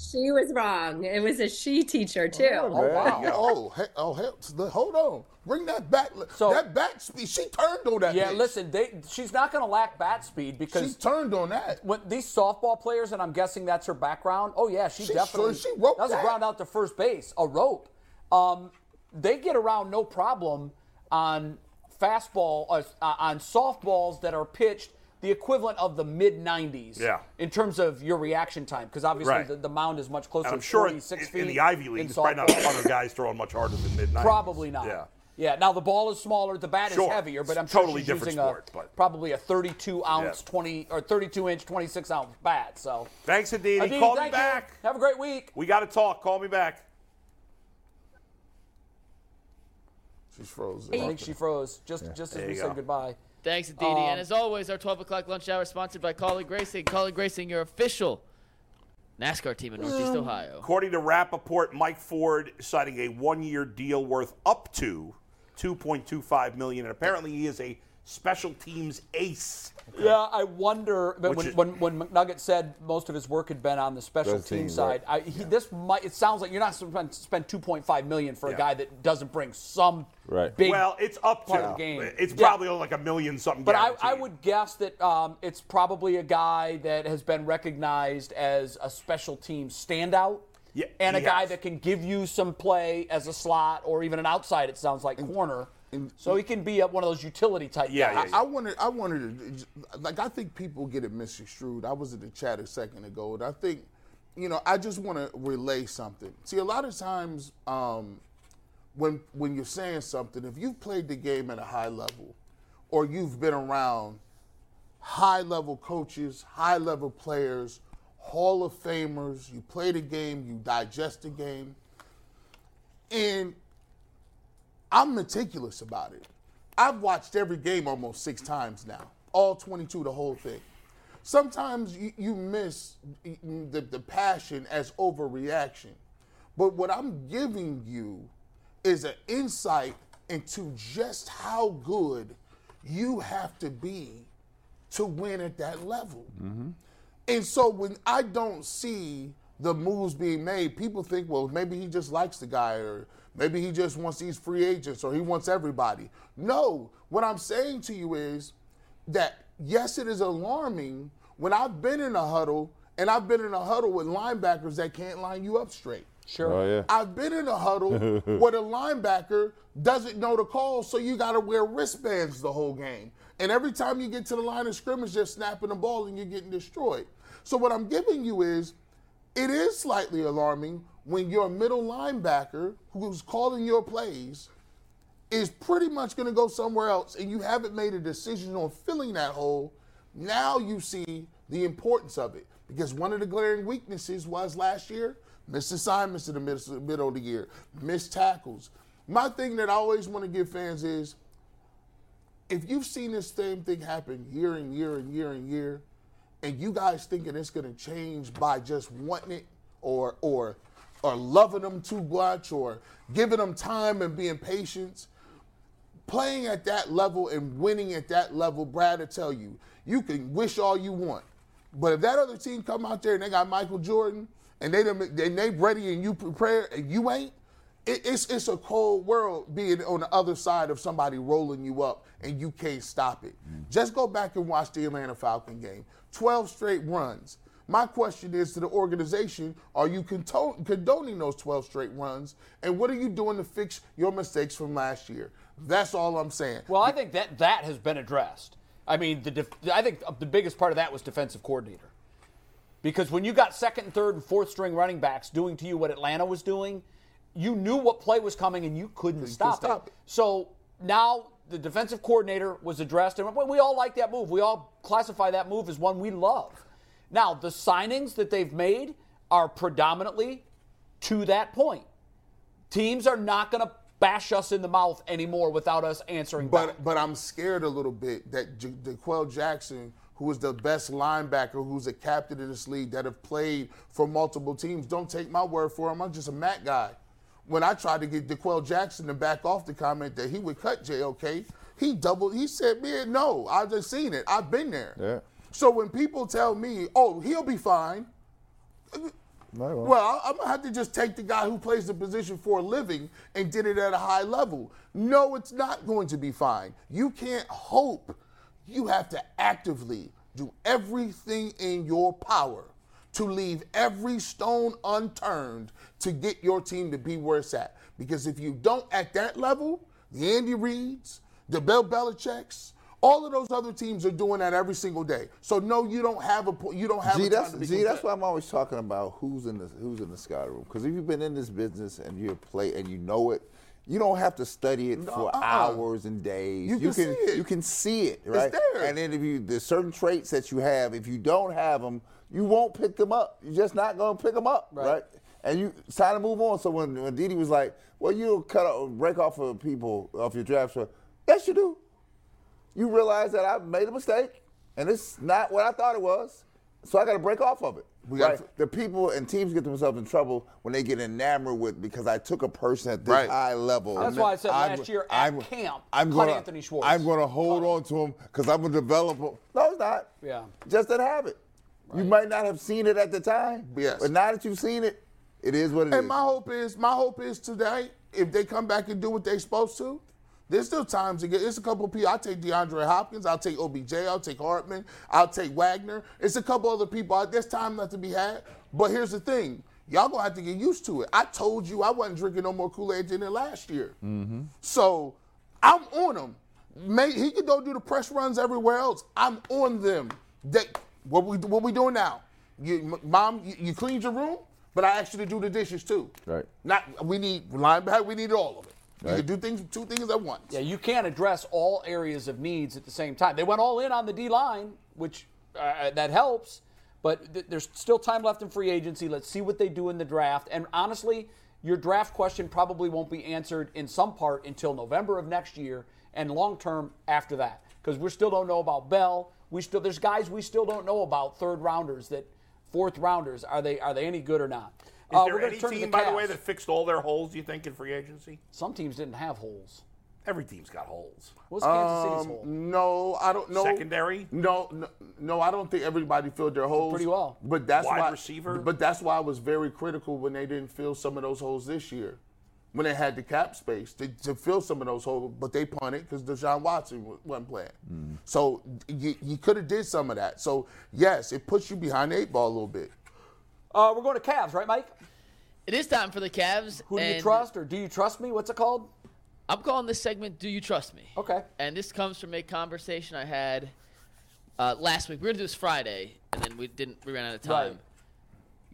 S6: she was wrong it was a she teacher too
S4: Wow. Oh, he- oh, he- hold on. Bring that back.
S2: So-
S4: that back speed. She turned on that.
S2: yeah,
S4: bitch.
S2: listen, they, she's not going to lack bat speed
S4: She
S2: because
S4: turned on that.
S2: when these softball players, and I'm guessing that's her background. Oh yeah, she
S4: She
S2: definitely
S4: sure- she roped
S2: That was a
S4: that.
S2: ground out to first base, a rope. Um, they get around no problem on fastball uh, on softballs that are pitched the equivalent of the mid 90s.
S3: Yeah.
S2: In terms of your reaction time, because obviously
S3: Right.
S2: the, the mound is much closer.
S3: And I'm
S2: to
S3: sure in,
S2: 46 feet
S3: in the Ivy
S2: in
S3: League, there's probably not
S2: softball.
S3: a ton of guys throwing much harder than mid 90s.
S2: Probably not.
S3: Yeah.
S2: Yeah. Now the ball is smaller, the bat is
S3: Sure.
S2: heavier, but
S3: It's
S2: I'm sure
S3: totally
S2: she's
S3: different
S2: using
S3: sport,
S2: a,
S3: but-
S2: probably a 32 ounce,
S3: Yeah.
S2: 20 or 32 inch, 26 ounce bat. So
S3: Thanks, Aditi.
S2: Aditi,
S3: Call me
S2: thank you.
S3: back.
S2: Have a great week.
S3: We got to talk. Call me back.
S4: She's frozen.
S2: I think she froze just just as
S3: There
S2: we
S3: you
S2: said
S3: go.
S2: goodbye.
S5: Thanks, Aditi.
S2: Um,
S5: and as always, our 12 o'clock lunch hour is sponsored by Collie Gracing. Collie Gracing, your official NASCAR team in Northeast
S2: Um,
S5: Ohio.
S3: According to Rappaport, Mike Ford signing a one-year deal worth up to 2.25 million, and apparently he is a special teams ace.
S2: Yeah, I wonder. But
S3: Which
S2: when,
S3: is-
S2: when when McNugget said most of his work had been on the special
S1: Those
S2: team
S1: teams,
S2: side, I, he, this might. It sounds like you're not supposed to spend 2.5 million for a guy that doesn't bring some
S1: Right.
S2: big.
S3: Well, it's up
S2: Part
S3: to
S2: of the game.
S3: It's
S2: Yeah.
S3: probably only like a million something.
S2: But I, I
S3: guaranteed.
S2: would guess that um, it's probably a guy that has been recognized as a special team standout.
S3: Yeah,
S2: and a
S3: he
S2: guy
S3: has.
S2: that can give you some play as a slot or even an outside, it sounds like, corner. so he can be a, one of those utility type
S3: Yeah,
S2: guys.
S3: yeah,
S4: I wanted, I wanted to, like, I think people get it misconstrued. I was in the chat a second ago, and I think, you know, I just want to relay something. See, a lot of times, um, when when you're saying something, if you've played the game at a high level, or you've been around high level coaches, high level players, Hall of Famers, you play the game, you digest the game, and I'm meticulous about it. I've watched every game almost six times now, all 22, the whole thing. Sometimes you, you miss the, the passion as overreaction. But what I'm giving you is an insight into just how good you have to be to win at that level. And so when I don't see the moves being made, people think, well, maybe he just likes the guy, or maybe he just wants these free agents, or he wants everybody. No, what I'm saying to you is that yes, it is alarming when I've been in a huddle, and I've been in a huddle with linebackers that can't line you up straight.
S2: Sure.
S1: Oh yeah.
S4: I've been in a huddle where the linebacker doesn't know the call, so you got to wear wristbands the whole game. And every time you get to the line of scrimmage, they're snapping the ball and you're getting destroyed. So what I'm giving you is, it is slightly alarming when your middle linebacker who's calling your plays is pretty much going to go somewhere else, and you haven't made a decision on filling that hole. Now you see the importance of it because one of the glaring weaknesses was last year missed assignments in the middle, middle of the year, missed tackles. My thing that I always want to give fans is if you've seen this same thing happen year and year and year and year, and you guys thinking it's gonna change by just wanting it or or or loving them too much or giving them time and being patient, playing at that level and winning at that level, Brad will tell you, you can wish all you want. But if that other team come out there and they got Michael Jordan and they done- and they ready and you prepare and you ain't, it, it's it's a cold world being on the other side of somebody rolling you up and you can't stop it. Just go back and watch the Atlanta Falcon game. Twelve straight runs. My question is to the organization: Are you condo- condoning those twelve straight runs? And what are you doing to fix your mistakes from last year? That's all I'm saying.
S2: Well, I think that that has been addressed. I mean, the def- I think uh, the biggest part of that was defensive coordinator, because when you got second and third and fourth string running backs doing to you what Atlanta was doing, you knew what play was coming and you couldn't stop,
S4: stop
S2: it.
S4: it.
S2: So now the defensive coordinator was addressed, and we all like that move. We all classify that move as one we love. Now the signings that they've made are predominantly to that point. Teams are not going to bash us in the mouth anymore without us answering back.
S4: But but I'm scared a little bit that J- DeQuell Jackson, who is the best linebacker, who's a captain in this league, that have played for multiple teams. Don't take my word for him. I'm just a Mac guy. When I tried to get DeQuell Jackson to back off the comment that he would cut JLK, he doubled. He said, "Man, no, I've just seen it. I've been there."
S1: Yeah.
S4: So when people tell me, "Oh, he'll be fine,"
S1: No, he won't.
S4: Well, I'm gonna have to just take the guy who plays the position for a living and did it at a high level. No, it's not going to be fine. You can't hope. You have to actively do everything in your power to leave every stone unturned to get your team to be where it's at. Because if you don't at that level, the Andy Reeds, the Bill Belichick's, all of those other teams are doing that every single day. So no, you don't have a po- you don't have
S1: Gee,
S4: a time
S1: that's
S4: to be
S1: gee, that's
S4: competitive.
S1: why I'm always talking about who's in the who's in the sky room. Because if you've been in this business and you play and you know it, you don't have to study it for
S4: uh-uh.
S1: hours and days.
S4: You
S1: can
S4: can see it.
S1: you can see it, right?
S4: there.
S1: And then if you there's certain traits that you have, if you don't have them, you won't pick them up. You're just not gonna pick them up, right? And you it's time to move on. So when, when Didi was like, "Well, you'll cut off, break off of people off your draft," so yes, you do you realize that I made a mistake and it's not what I thought it was, so I got to break off of it.
S4: We
S1: right?
S4: gotta-
S1: The people and teams get themselves in trouble when they get enamored with because I took a person at this
S4: Right.
S1: high level.
S2: That's why I said
S1: I'm-
S2: last year at camp, cut
S1: gonna,
S2: Anthony Schwartz.
S1: I'm going to hold on to him because I'm going to develop him. No, it's not.
S2: Yeah.
S1: Just didn't have it. You might not have seen it at the time.
S4: Yes.
S1: But now that you've seen it, it is what it is.
S4: And my hope is, my hope is tonight, if they come back and do what they supposed to, there's still time to get. It's a couple of people. I'll take DeAndre Hopkins. I'll take OBJ. I'll take Hartman. I'll take Wagner. It's a couple other people. out- There's time left to be had. But here's the thing. Y'all gonna have to get used to it. I told you I wasn't drinking no more Kool-Aid than it last year. So I'm on him. May, he could go do the press runs everywhere else. I'm on them. They, what we what we doing now? You, m- mom, you, you cleaned your room, but I asked you to do the dishes too.
S1: Right.
S4: Not we need linebacker. We need all of it. You
S1: Right.
S4: can do things two things at once.
S2: Yeah, you can't address all areas of needs at the same time. They went all in on the D line, which uh, that helps, but th- there's still time left in free agency. Let's see what they do in the draft. And honestly, your draft question probably won't be answered in some part until November of next year and long term after that, because we still don't know about Bell. We still there's guys we still don't know about third rounders that fourth rounders are they are they any good or not?
S3: Is
S2: Uh, we're
S3: there
S2: gonna
S3: any
S2: turn to
S3: team, by the way,
S2: Cavs.
S3: that fixed all their holes? Do you think in free agency?
S2: some teams didn't have holes?
S3: Every team's got holes.
S2: What's Kansas City's
S3: Um,
S2: hole?
S4: No, I don't know.
S3: Secondary?
S4: No, no, no, I don't think everybody filled their holes
S2: Pretty well.
S4: But that's
S3: Wide
S4: why
S3: receiver?
S4: But that's why I was very critical when they didn't fill some of those holes this year, when they had the cap space to, to fill some of those holes. But they punted because Deshaun Watson wa- wasn't playing. So you, you could have did some of that. So yes, it puts you behind the eight ball a little bit.
S2: Uh, we're going to Cavs, right, Mike?
S5: It is time for the Cavs.
S2: Who do you
S5: and
S2: trust or do you trust me? What's it called?
S5: I'm calling this segment "Do You Trust Me?"
S2: Okay.
S5: And this comes from a conversation I had uh, last week. We were gonna do this Friday, and then we didn't. We ran out of time.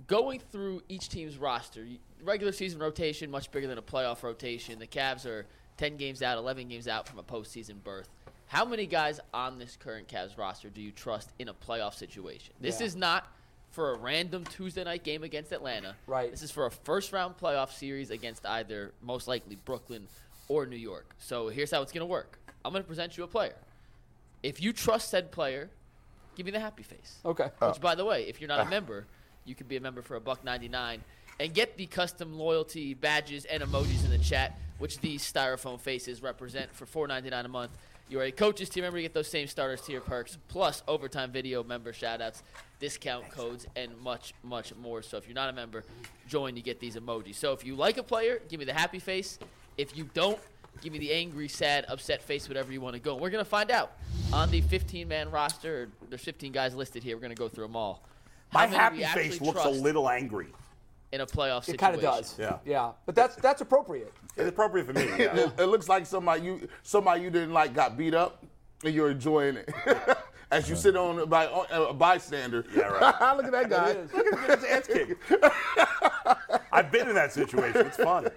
S5: Going through each team's roster, you- regular season rotation much bigger than a playoff rotation. The Cavs are 10 games out, 11 games out from a postseason berth. How many guys on this current Cavs roster do you trust in a playoff situation? This is not for a random Tuesday night game against Atlanta.
S2: Right.
S5: This is for a first round playoff series against either most likely Brooklyn or New York. So here's how it's going to work. I'm going to present you a player. If you trust said player, give me the happy face.
S2: Okay.
S3: Uh,
S5: Which, by the way, if you're not a member, you can be a member for a buck ninety nine and get the custom loyalty badges and emojis in the chat, which these styrofoam faces represent for four ninety nine a month. You are a coaches team member, you get those same starters tier perks, plus overtime video member shoutouts, discount codes, and much, much more. So if you're not a member, join, you get these emojis. So if you like a player, give me the happy face. If you don't, give me the angry, sad, upset face, whatever you want to go. We're going to find out on the 15 man roster. There's 15 guys listed here. We're going to go through them all. How
S3: My
S5: many we
S3: happy
S5: actually
S3: face looks a
S5: trust
S3: little angry.
S5: in a playoff situation.
S2: It kind of does.
S3: Yeah.
S2: Yeah. But that's that's appropriate.
S3: It's appropriate for me. yeah.
S4: It, it looks like somebody you somebody you didn't like got beat up, and you're enjoying it. As you sit on a by, a bystander,
S3: Yeah, right.
S4: look at that guy.
S3: Look at him get his ass kicked. I've been in that situation. It's fun.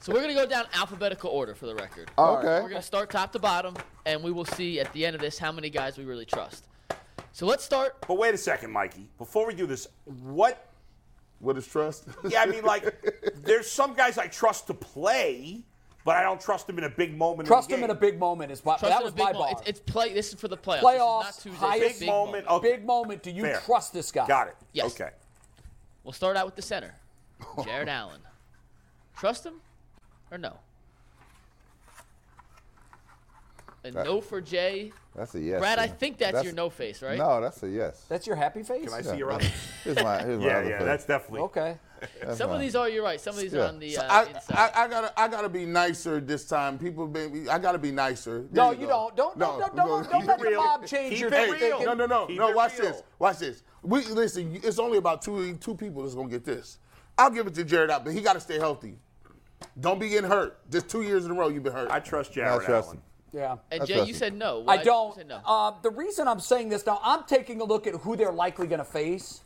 S5: So we're going to go down alphabetical order for the record.
S1: okay.
S5: We're going to start top to bottom, and we will see at the end of this how many guys we really trust. So let's start.
S3: But wait a second, Mikey. Before we do this, what?
S4: With his trust.
S3: Yeah, I mean, like, there's some guys I trust to play, but I don't trust them in a big moment.
S2: Trust
S3: in the
S2: him in a
S3: game.
S2: big moment is my,
S5: Trust
S2: that
S5: in a
S2: was
S5: big
S2: my
S5: moment.
S2: bar.
S5: It's, it's play. This is for the playoffs.
S2: Playoffs,
S5: this is not Tuesday.
S2: highest-
S5: It's a
S3: Big moment. Okay.
S2: big moment. Do you
S3: Fair.
S2: trust this guy?
S3: Got it.
S5: Yes.
S3: Okay.
S5: We'll start out with the center, Jared Allen. Trust him or no? A no for Jay.
S1: That's a yes.
S5: Brad, I
S1: man.
S5: think that's,
S1: That's-
S5: your no face, right?
S1: No, that's a yes.
S2: That's your happy face?
S3: Can I see your other?
S1: Here's my, here's my
S3: Yeah,
S1: other
S3: yeah,
S1: face.
S3: that's definitely.
S2: Okay.
S5: Some of these are you're right. Some of these
S1: Yeah.
S5: are on the uh,
S4: I,
S5: inside.
S4: I, I gotta I gotta be nicer this time. People been I gotta be nicer. There
S2: No,
S4: you
S2: you
S4: go.
S2: don't. Don't no,
S4: No,
S2: no,
S4: go-
S2: no, don't let the
S3: real.
S2: mob change
S3: Keep
S2: your
S3: it
S2: thinking.
S3: real.
S4: No, no, no,
S3: Keep
S4: no.
S3: it
S4: Watch
S3: real.
S4: this. Watch this. We listen. you- It's only about two two people that's gonna get this. I'll give it to Jared out, but he gotta stay healthy. Don't be getting hurt. Just two years in a row you've been hurt.
S3: I trust
S1: I
S3: Jared
S1: trust
S3: Allen.
S1: him.
S2: Yeah.
S5: and Jay,
S1: trust
S5: you
S1: you.
S5: said no. Why
S2: I
S5: did you
S2: don't.
S5: say no?
S2: Uh, the reason I'm saying this now, I'm taking a look at who they're likely going to face,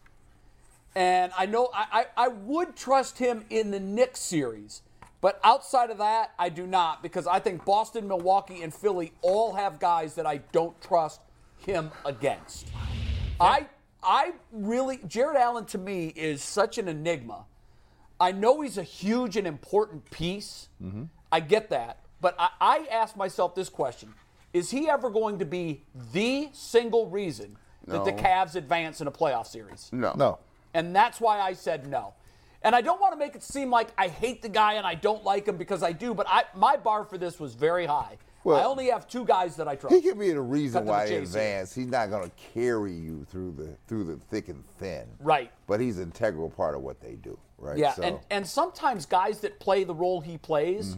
S2: and I know I, I, I would trust him in the Knicks series, but outside of that, I do not because I think Boston, Milwaukee, and Philly all have guys that I don't trust him against. I I really Jared Allen to me is such an enigma. I know he's a huge and important piece.
S1: Mm-hmm.
S2: I get that. But I, I ask myself this question Is he ever going to be the single reason that the
S4: No.
S2: Cavs advance in a playoff series?
S4: no,
S1: No.
S2: And that's why I said no. And I don't want to make it seem like I hate the guy and I don't like him because I do, but I, my bar for this was very high. I
S1: Well,
S2: only have two guys that I trust.
S1: He could be the reason
S2: Cut to the
S1: why in
S2: chase here.
S1: advance he's not going to carry you through the through the thick and thin.
S2: Right.
S1: But he's an integral part of what they do. Right.
S2: Yeah,
S1: So, Mm-hmm.
S2: and, and sometimes guys that play the role he plays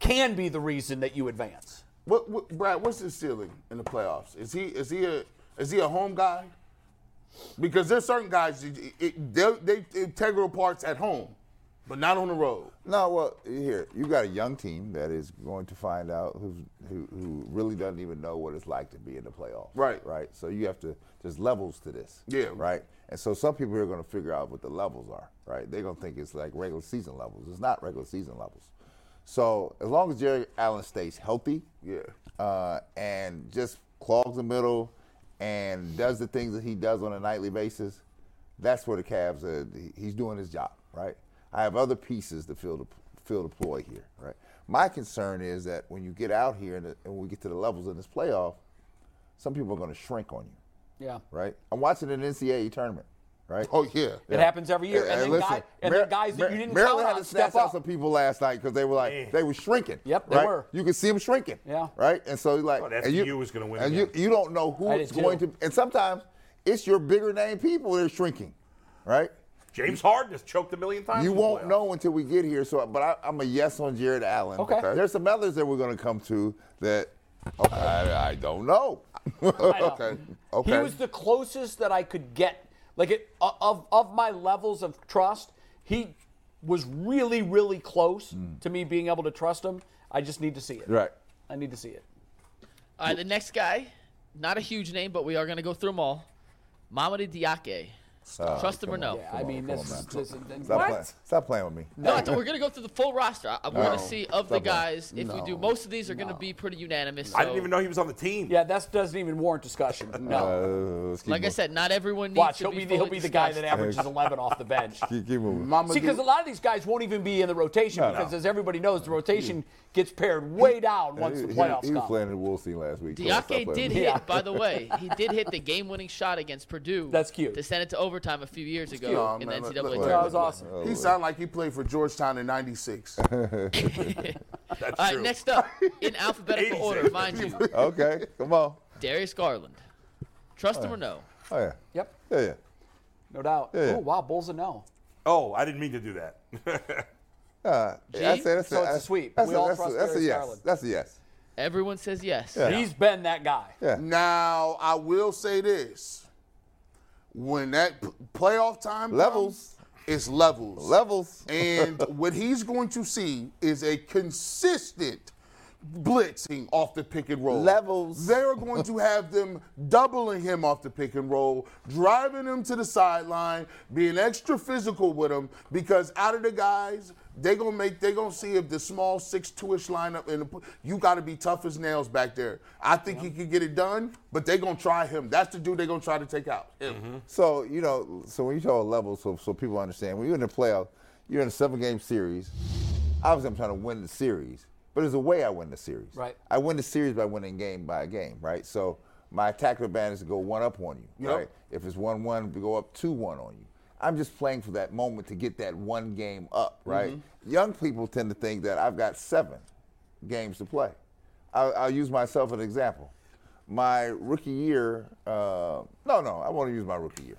S2: can be the reason that you advance.
S4: What, what Brad? What's his ceiling in the playoffs? Is he is he a is he a home guy? Because there's certain guys it, it, they're- they integral parts at home, but not on the road.
S1: no, well, here you got a young team that is going to find out who's, who who really doesn't even know what it's like to be in the playoffs.
S4: Right.
S1: Right. So you have to. There's levels to this.
S4: Yeah.
S1: Right. And so some people are going to figure out what the levels are. Right. They're going to think it's like regular season levels. It's not regular season levels. So as long as Jerry Allen stays healthy,
S4: Yeah.
S1: uh, and just clogs the middle and does the things that he does on a nightly basis, that's where the Cavs are. He's doing his job, right? I have other pieces to fill the fill the ploy here, right? My concern is that when you get out here and, and we get to the levels in this playoff, some people are going to shrink on you,
S2: Yeah.
S1: right? I'm watching an NCAA tournament, right?
S4: Oh yeah.
S2: It happens every year. And, then, guy, and
S1: Mar-
S2: then guys that
S1: Mar-
S2: you didn't
S1: Maryland
S2: count
S1: had
S2: on
S1: to snatch
S2: step
S1: out
S2: up.
S1: some people last night because they were like they were shrinking.
S2: Yep, they
S1: right?
S2: were.
S1: You could see them shrinking.
S2: Yeah.
S1: right. And so like,
S3: Oh, the
S1: and you
S3: FDU was gonna win
S1: And
S3: again.
S1: you you don't know who
S2: I
S1: it's
S2: did
S1: going
S2: too.
S1: to. And sometimes it's your bigger name people that are shrinking, right?
S3: James Harden has choked a million times.
S1: You
S3: in the
S1: won't
S3: playoffs.
S1: know until we get here. So, but I, I'm a yes on Jared Allen.
S2: Okay. Okay.
S1: There's some others that we're going to come to that I, I don't know.
S4: Okay.
S1: Okay.
S2: He was the closest that I could get. Like it of of my levels of trust, he was really really close to me being able to trust him. I just need to see it.
S1: Hmm. right.
S2: I need to see it.
S5: All right, the next guy, not a huge name, but we are going to go through them all. Mamadou Diake. Trust him or no?
S2: Yeah, I mean
S1: Oh, come
S2: this
S1: on,
S2: is this is
S1: Stop
S2: what?
S1: playing. Stop playing with me.
S5: No, I thought we're going to go through the full roster. I, I want
S1: No.
S5: to see of the
S1: Stop lying.
S5: guys. If we do,
S1: No.
S5: most of these are going to be pretty unanimous.
S3: I didn't
S5: so-
S3: even know he was on the team.
S2: Yeah, that doesn't even warrant discussion. No.
S1: Uh, let's keep
S5: Like I
S1: moving.
S5: said, not everyone needs
S2: Watch,
S5: to
S2: he'll
S5: be,
S2: be, the, he'll
S5: fully
S2: be the guy that
S5: discussed.
S2: averages 11 off the bench.
S1: keep, keep moving.
S4: Mama
S2: See, because a lot of these guys won't even be in the rotation because, as everybody knows, the rotation gets paired way down once the
S1: He- he-
S2: playoffs
S1: He, was
S2: come.
S1: playing in the Wolves team last week. Come on, stop
S5: Diake
S1: playing with
S5: did
S1: me.
S5: hit,
S2: Yeah.
S5: by the way. He did hit the game-winning shot against Purdue.
S2: That's cute.
S5: To send it to overtime a few years ago
S4: Aw,
S5: in
S4: man,
S5: the
S4: look,
S5: NCAA
S4: look,
S5: tournament.
S2: That was awesome.
S1: Oh.
S4: He sounded like he played for Georgetown in '96.
S3: that's
S5: All right,
S3: true.
S5: next up, in alphabetical order, mind you,
S1: Okay, come on.
S5: Darius Garland. Trust him or no?
S1: Oh yeah,
S2: Yep,
S1: yeah, yeah.
S2: no doubt.
S1: Yeah.
S2: Oh, wow, Bulls a no.
S3: Oh, I didn't mean to do that.
S1: Uh, that's it. That's
S2: So
S1: it.
S2: it's a
S1: That's-
S2: sweep.
S1: That's
S2: We
S1: a,
S2: all
S1: that's a,
S2: trust
S1: that's a
S2: Darius
S1: yes.
S2: Garland.
S1: That's a yes.
S5: Everyone says yes.
S2: He's been that guy.
S4: Now I will say this: when that p- playoff time comes,
S1: Levels.
S4: it's levels.
S1: Levels.
S4: and what he's going to see is a consistent blitzing off the pick and roll.
S1: Levels.
S4: They are going to have them doubling him off the pick and roll, driving him to the sideline, being extra physical with him because out of the guys, they gonna make they gonna see if the small six two ish lineup in the p- you got to be tough as nails back there. I think he can get it done, but they gonna try him. That's the dude they gonna try to take out.
S1: So you know, so when you talk levels, so so people understand, when you're in the playoff, you're in a seven-game series. Obviously, I'm trying to win the series, but there's a way I win the series.
S2: Right.
S1: I win the series by winning game by game. Right. So my attack advantage is to go one up on you.
S4: Yep.
S1: Right. If it's one-one, we go up two-one on you. I'm just playing for that moment to get that one game up. Right. Young people tend to think that I've got seven games to play. I'll, I'll use myself as an example. My rookie year, uh, no, no, I won't use my rookie year.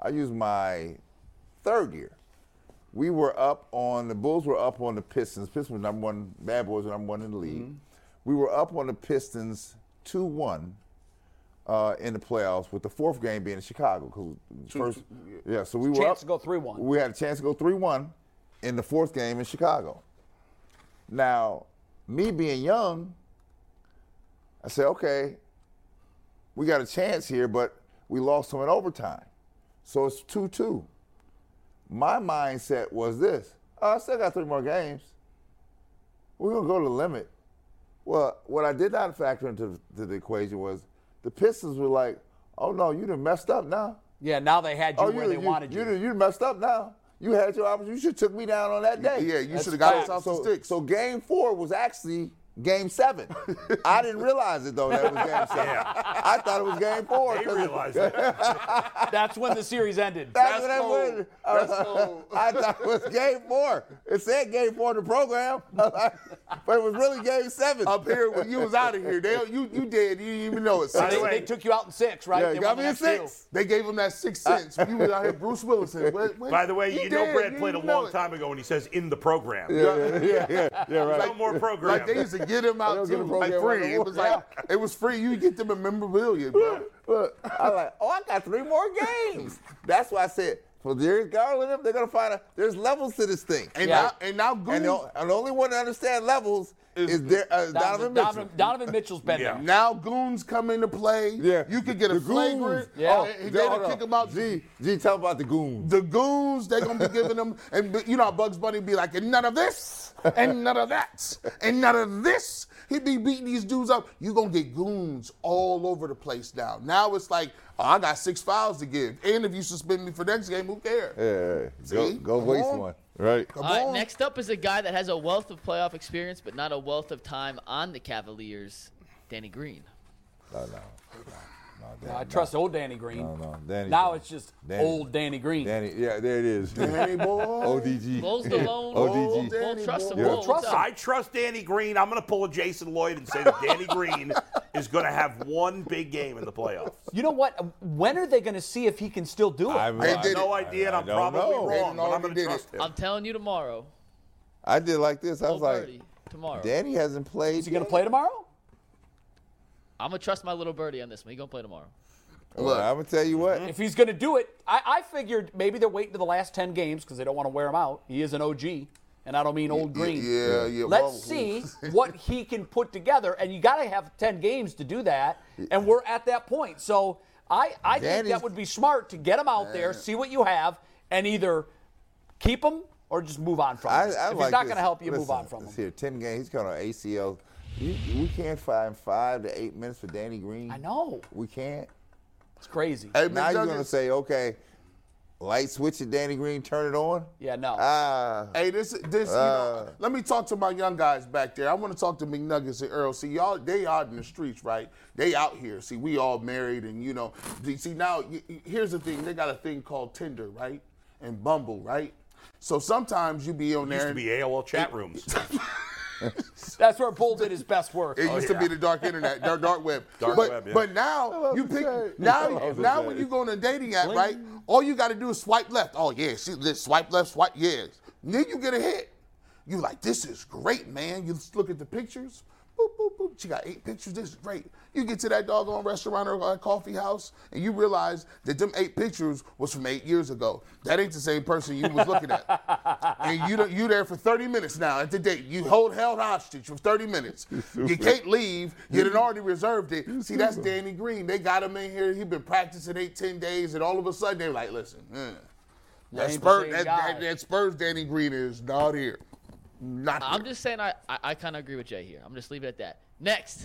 S1: I use my third year. We were up on the Bulls were up on the Pistons. Pistons were number one, Bad Boys were number one in the league.
S2: Mm-hmm.
S1: We were up on the Pistons two one uh, in the playoffs, with the fourth game being in Chicago. 'cause first, yeah, so we were
S2: Chance
S1: up-
S2: to go 3-1.
S1: We had a chance to go three one in the fourth game in Chicago. Now, me being young, I said, okay, we got a chance here, but we lost them in overtime. So it's 2 2. My mindset was this oh, I still got three more games. We're going to go to the limit. Well, what I did not factor into to the equation was the Pistons were like, oh no, you done messed up now.
S2: Yeah, now they had you
S1: Oh,
S2: where
S1: you,
S2: they wanted you.
S1: You, done- you done messed up now. You had your opportunity. You should took me down on that day.
S4: Yeah, you
S1: That's
S4: should have got
S1: fact.
S4: us off
S1: so,
S4: the sticks.
S1: So game four was actually Game seven. I didn't realize it though. That was game seven. I thought it was game four.
S3: They
S1: 'cause it-
S3: realize that.
S2: That's when the series ended.
S1: That's what I
S3: That's
S1: was. I was like, I thought it was game four. It said game four in the program, but it was really game seven.
S4: Up here when you was out of here, they you you did. You didn't even know it. Six,
S2: They,
S3: way-
S2: they took you out in six, right?
S1: Yeah,
S2: They
S1: you got
S2: won the
S1: me in
S2: next
S1: six.
S2: two.
S4: they gave him that six cents. you was out here, Bruce Willis. said, "Wait, wait,
S3: By the way,
S4: he
S3: you know
S4: dead.
S3: Brad
S4: You
S3: played a
S4: didn't know
S3: long
S4: it."
S3: time ago when he says in the program.
S1: yeah, yeah, yeah, right.
S3: No more program.
S4: Like they used to get him out
S1: don't get
S4: too,
S1: a
S4: like
S1: program
S4: free.
S1: right
S4: It was
S1: away.
S4: like it was free. You get them a memorabilia, bro.
S1: Look, I like, oh, I got three more games. That's why I said, for Darius Garland, and them, they're gonna find out there's levels to this thing.
S4: And
S2: Yeah.
S4: now, and now, Goon,
S1: And the, and the only one to understand levels is, there, uh, Donovan, Mitchell.
S2: Donovan, Donovan Mitchell's been
S3: Yeah.
S2: there.
S4: now goons come into play.
S1: Yeah,
S4: you could get a
S1: The goons.
S4: flagrant.
S2: Yeah.
S4: Oh, and they
S1: Hold
S4: gonna
S1: on.
S4: kick him out.
S1: G, G, tell 'em about the goons.
S4: The goons, they're gonna be giving them, and you know, Bugs Bunny be like, and none of this, and none of that, and none of this. He be beating these dudes up. You gonna get goons all over the place now. Now it's like, oh, I got six fouls to give, and if you suspend me for next game, who cares?
S1: Yeah, go,
S4: See?
S1: go
S4: Come
S1: waste
S4: on.
S1: one. Right.
S4: Come
S5: All right,
S4: on.
S5: next up is a guy that has a wealth of playoff experience, but not a wealth of time on the Cavaliers, Danny Green.
S1: No, no, no, no,
S2: I
S1: Danny,
S2: trust old Danny Green.
S1: No, no, Danny.
S2: Now it's just
S1: Danny.
S2: old Danny Green.
S1: Danny. Yeah, there it is.
S4: Danny boy.
S1: ODG.
S5: Bulls the lone
S1: ODG.
S5: Bulls won't trust him.
S1: Yeah.
S5: Bulls
S2: Trust
S5: up.
S2: him.
S3: I trust Danny Green. I'm going to pull a Jason Lloyd and say that Danny Green is going to have one big game in the playoffs.
S2: You know what? When are they going to see if he can still do it?
S1: I,
S4: They
S3: I
S1: I,
S3: have
S4: did
S3: no
S4: it.
S3: idea, and
S1: I
S3: I'm
S1: don't
S3: probably
S1: know.
S4: They
S3: wrong,
S4: didn't know
S3: but I'm
S4: they
S3: going to
S4: did
S3: trust
S4: it.
S3: him.
S5: I'm telling you tomorrow.
S1: I did like this. I
S5: Go
S1: was like,
S5: birdie tomorrow.
S1: Danny hasn't played.
S2: Is he going to play tomorrow?
S5: I'm gonna trust my little birdie on this one. He gonna play tomorrow.
S1: Look, I'm gonna tell you what.
S2: If he's going to do it, I, I figured maybe they're waiting to the last 10 games because they don't want to wear him out. He is an OG, and I don't mean old Green.
S4: Yeah, yeah.
S2: Let's
S4: well,
S2: see what he can put together, and you got to have 10 games to do that, and we're at that point. So I, I think
S1: Danny's-
S2: that would be smart to get him out there, see what you have, and either keep him or just move on from him.
S1: I, I
S2: if
S1: like
S2: he's not
S1: this.
S2: going to help you, move
S1: Listen,
S2: on from
S1: let's
S2: him.
S1: Here, ten games. He's going on ACL. You, we can't find five to eight minutes for Danny Green.
S2: I know.
S1: We can't.
S2: It's crazy.
S4: Hey, Big
S1: now you're going to
S4: Nuggets.
S1: say, okay, light switch at Danny Green, turn it on.
S2: Yeah, no.
S1: Ah,
S4: Hey, this this you
S1: Uh.
S4: know, let me talk to my young guys back there. I want to talk to McNuggets and Earl. See, y'all they out in the streets, right? They out here. See, we all married and you know, see see, now y- y- here's the thing. They got a thing called Tinder, right? And Bumble, right? So sometimes you be on
S3: Used
S4: there
S3: to
S4: and
S3: be AOL chat rooms.
S2: That's where Bull did his best work. Oh,
S4: It used to be the dark internet, dark, dark web.
S3: Dark
S4: but,
S3: web, yeah.
S4: But now you
S1: the
S4: pick
S1: shade. I
S4: now
S1: love the
S4: now
S1: shade.
S4: when you go on a dating app, right? All you got to do is swipe left. Oh yeah, she this swipe left, swipe yeah. Then you get a hit. You like this is great, man. You just look at the pictures. Boop boop boop. She got eight pictures. This is great. You get to that doggone restaurant or uh, coffee house, and you realize that them eight pictures was from eight years ago. That ain't the same person you was looking at. and you don't- you there for 30 minutes now at the date. You hold held hostage for 30 minutes. You can't leave. You done already reserved it. See, that's Danny Green. They got him in here. He been practicing eight, 10 days, and all of a sudden they like, listen, mm, that,
S2: ain't the
S4: Spurs,
S2: same
S4: that,
S2: guy.
S4: that, that Spurs Danny Green is not here. Not
S5: I'm
S4: here.
S5: just saying I, I, I kind of agree with Jay here. I'm just leaving it at that. Next,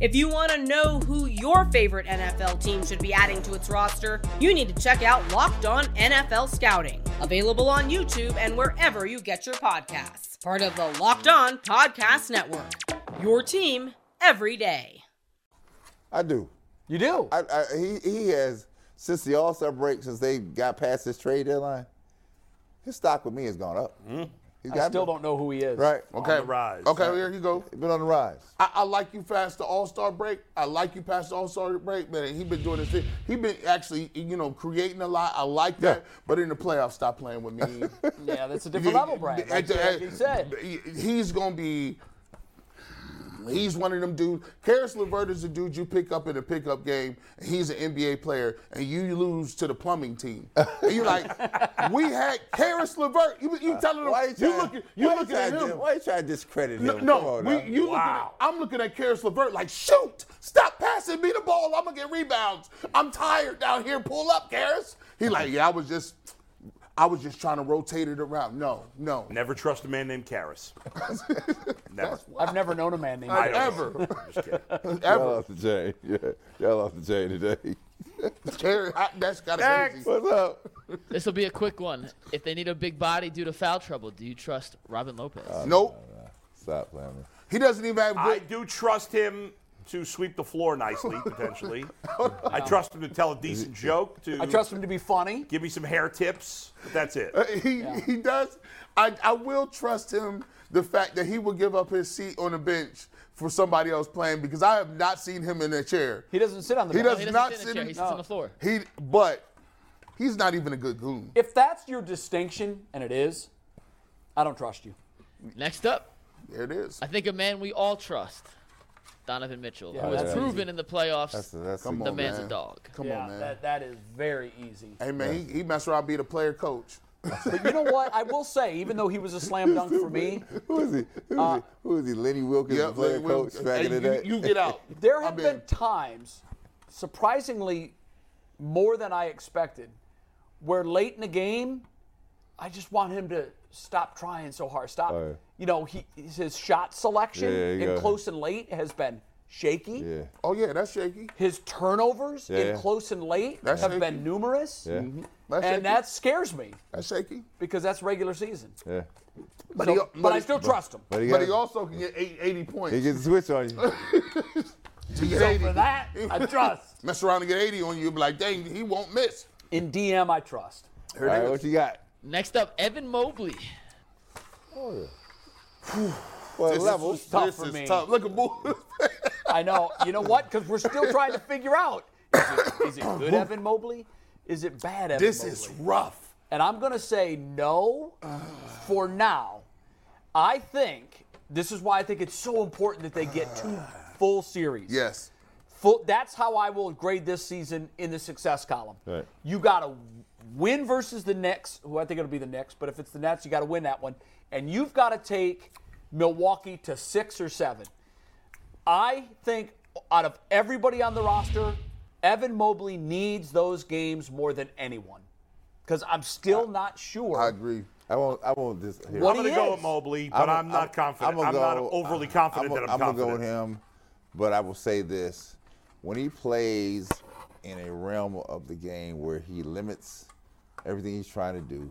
S6: If you want to know who your favorite NFL team should be adding to its roster, you need to check out Locked On NFL Scouting, available on YouTube and wherever you get your podcasts. Part of the Locked On Podcast Network. Your team every day.
S1: I do.
S2: You do.
S1: I, I, he, he has, since the All Star break, since they got past this trade deadline, his stock with me has gone up. He's
S2: Hmm. I still don't know who he is.
S1: Right.
S4: okay.
S3: the rise.
S4: Okay, here you go.
S1: He's been on the rise.
S4: I, I like you past the All Star break. I like you past the All Star break, man. He been doing this thing. He been actually, you know, creating a lot. I like that.
S1: Yeah.
S4: But in the playoffs, stop playing with me.
S2: Yeah, that's a different level, Brad.
S4: At
S2: Like,
S4: the-
S2: like you said.
S4: He's gonna be. He's one of them dudes. Karis LeVert is a dude you pick up in a pickup game, and he's an NBA player, and you lose to the plumbing team. And you're like, we had Karis Levert. You, you telling him,
S1: Why
S4: you,
S1: you trying-
S4: looking, you
S1: why you
S4: looking at
S1: trying to-
S4: him.
S1: Why you trying to discredit him?
S4: No,
S1: Come
S4: no
S1: on
S4: we,
S1: now.
S4: you
S3: Wow.
S4: looking at, I'm looking at Karis LeVert like, shoot, stop passing me the ball. I'm gonna get rebounds. I'm tired down here. Pull up, Karis. He like, yeah, I was just, I was just trying to rotate it around. No, no,
S3: Never trust a man named Karras. Never.
S2: I've never known a man named E.
S3: I
S2: that.
S3: don't know.
S4: ever,
S3: I'm just kidding.
S1: Y'all
S4: ever.
S1: lost the chain. Yeah. Y'all lost the chain today.
S4: Karis, I- that's got
S3: Next.
S4: to
S1: What's up?
S5: This will be a quick one. If they need a big body due to foul trouble, do you trust Robin Lopez?
S1: Uh,
S4: Nope,
S1: Stop playing. with me.
S4: he doesn't even have
S3: I
S4: good.
S3: do trust him to sweep the floor nicely, potentially. I trust him to tell a decent joke, to
S2: I trust him to be funny.
S3: give me some hair tips. But that's it.
S4: he, he does. I, I will trust him the fact that he will give up his seat on the bench for somebody else playing because I have not seen him in a chair.
S2: He doesn't sit on the
S4: He
S2: bench.
S4: does
S5: he doesn't
S4: not
S5: sit
S4: sit
S5: in a chair.
S4: in-
S5: He sits on the floor.
S4: He, but he's not even a good goon.
S2: If that's your distinction, and it is, I don't trust you.
S5: Next up,
S4: There it is.
S5: I think a man we all trust, Donovan Mitchell, who has
S2: that's
S5: proven in the playoffs
S1: That's, that's
S4: Come
S5: the
S4: on,
S5: man's
S4: man.
S5: a dog.
S4: Come on, man.
S2: that, that is very easy.
S4: hey, man, he, he messed around being a player coach.
S2: But you know what? I will say, even though he was a slam dunk for me,
S1: Who is he? Who is,
S2: Uh,
S1: he? Who is he? Lenny Wilkins, the
S4: Yep,
S1: player
S4: Lenny
S1: coach
S4: Wilkins.
S1: back in the
S4: Hey,
S1: day.
S4: you, you get out.
S2: there have
S4: I'm in.
S2: been times, surprisingly, more than I expected, where late in the game, I just want him to stop trying so hard. Stop.
S1: Oh, yeah.
S2: You know, he his shot selection
S1: Yeah, yeah, you
S2: in
S1: got-
S2: close and late has been shaky.
S1: yeah.
S4: Oh, yeah, that's shaky.
S2: His turnovers in
S1: yeah.
S2: close and late
S4: That's
S2: have
S4: shaky.
S2: been numerous,
S1: Yeah.
S4: Mm-hmm. That's shaky.
S2: and that scares me
S4: that's shaky.
S2: because that's regular season.
S1: Yeah.
S2: But,
S4: he-
S2: but,
S4: but
S2: I
S4: he-
S2: still trust him.
S1: But he,
S4: But
S1: got,
S4: he also can get eight- 80 points.
S1: he gets a switch on you.
S4: He get
S2: So
S4: 80.
S2: for that, I trust.
S4: Mess around and get 80 on you. Be like, dang, he won't miss.
S2: In DM, I trust.
S1: All right, what you got?
S5: Next up, Evan Mobley.
S1: Well,
S4: This
S1: level.
S4: is,
S2: tough
S4: this
S2: for
S4: is
S2: me.
S4: tough. Look at Boo.
S2: I know. You know what? Because we're still trying to figure out is it, is it good Evan Mobley? Is it bad Evan
S4: this
S2: Mobley?
S4: is rough.
S2: And I'm going to say no for now. I think this is why I think it's so important that they get two full series.
S4: Yes.
S2: Full, that's how I will grade this season in the success column.
S1: Right.
S2: You got to win versus the Knicks, who I think it'll be the Knicks, but if it's the Nets, you got to win that one. And you've got to take Milwaukee to six or seven. I think out of everybody on the roster, Evan Mobley needs those games more than anyone. Because I'm still not sure.
S4: I agree.
S1: I won't. I won't just. Here.
S2: What
S3: I'm
S2: he
S3: going to go
S2: is.
S3: with Mobley, but I'm, not confident. I'm,
S1: gonna
S3: not
S1: go- uh,
S3: overly confident
S1: I'm,
S3: that I'm, confident.
S1: gonna go with him, but I will say this: when he plays in a realm of the game where he limits everything he's trying to do,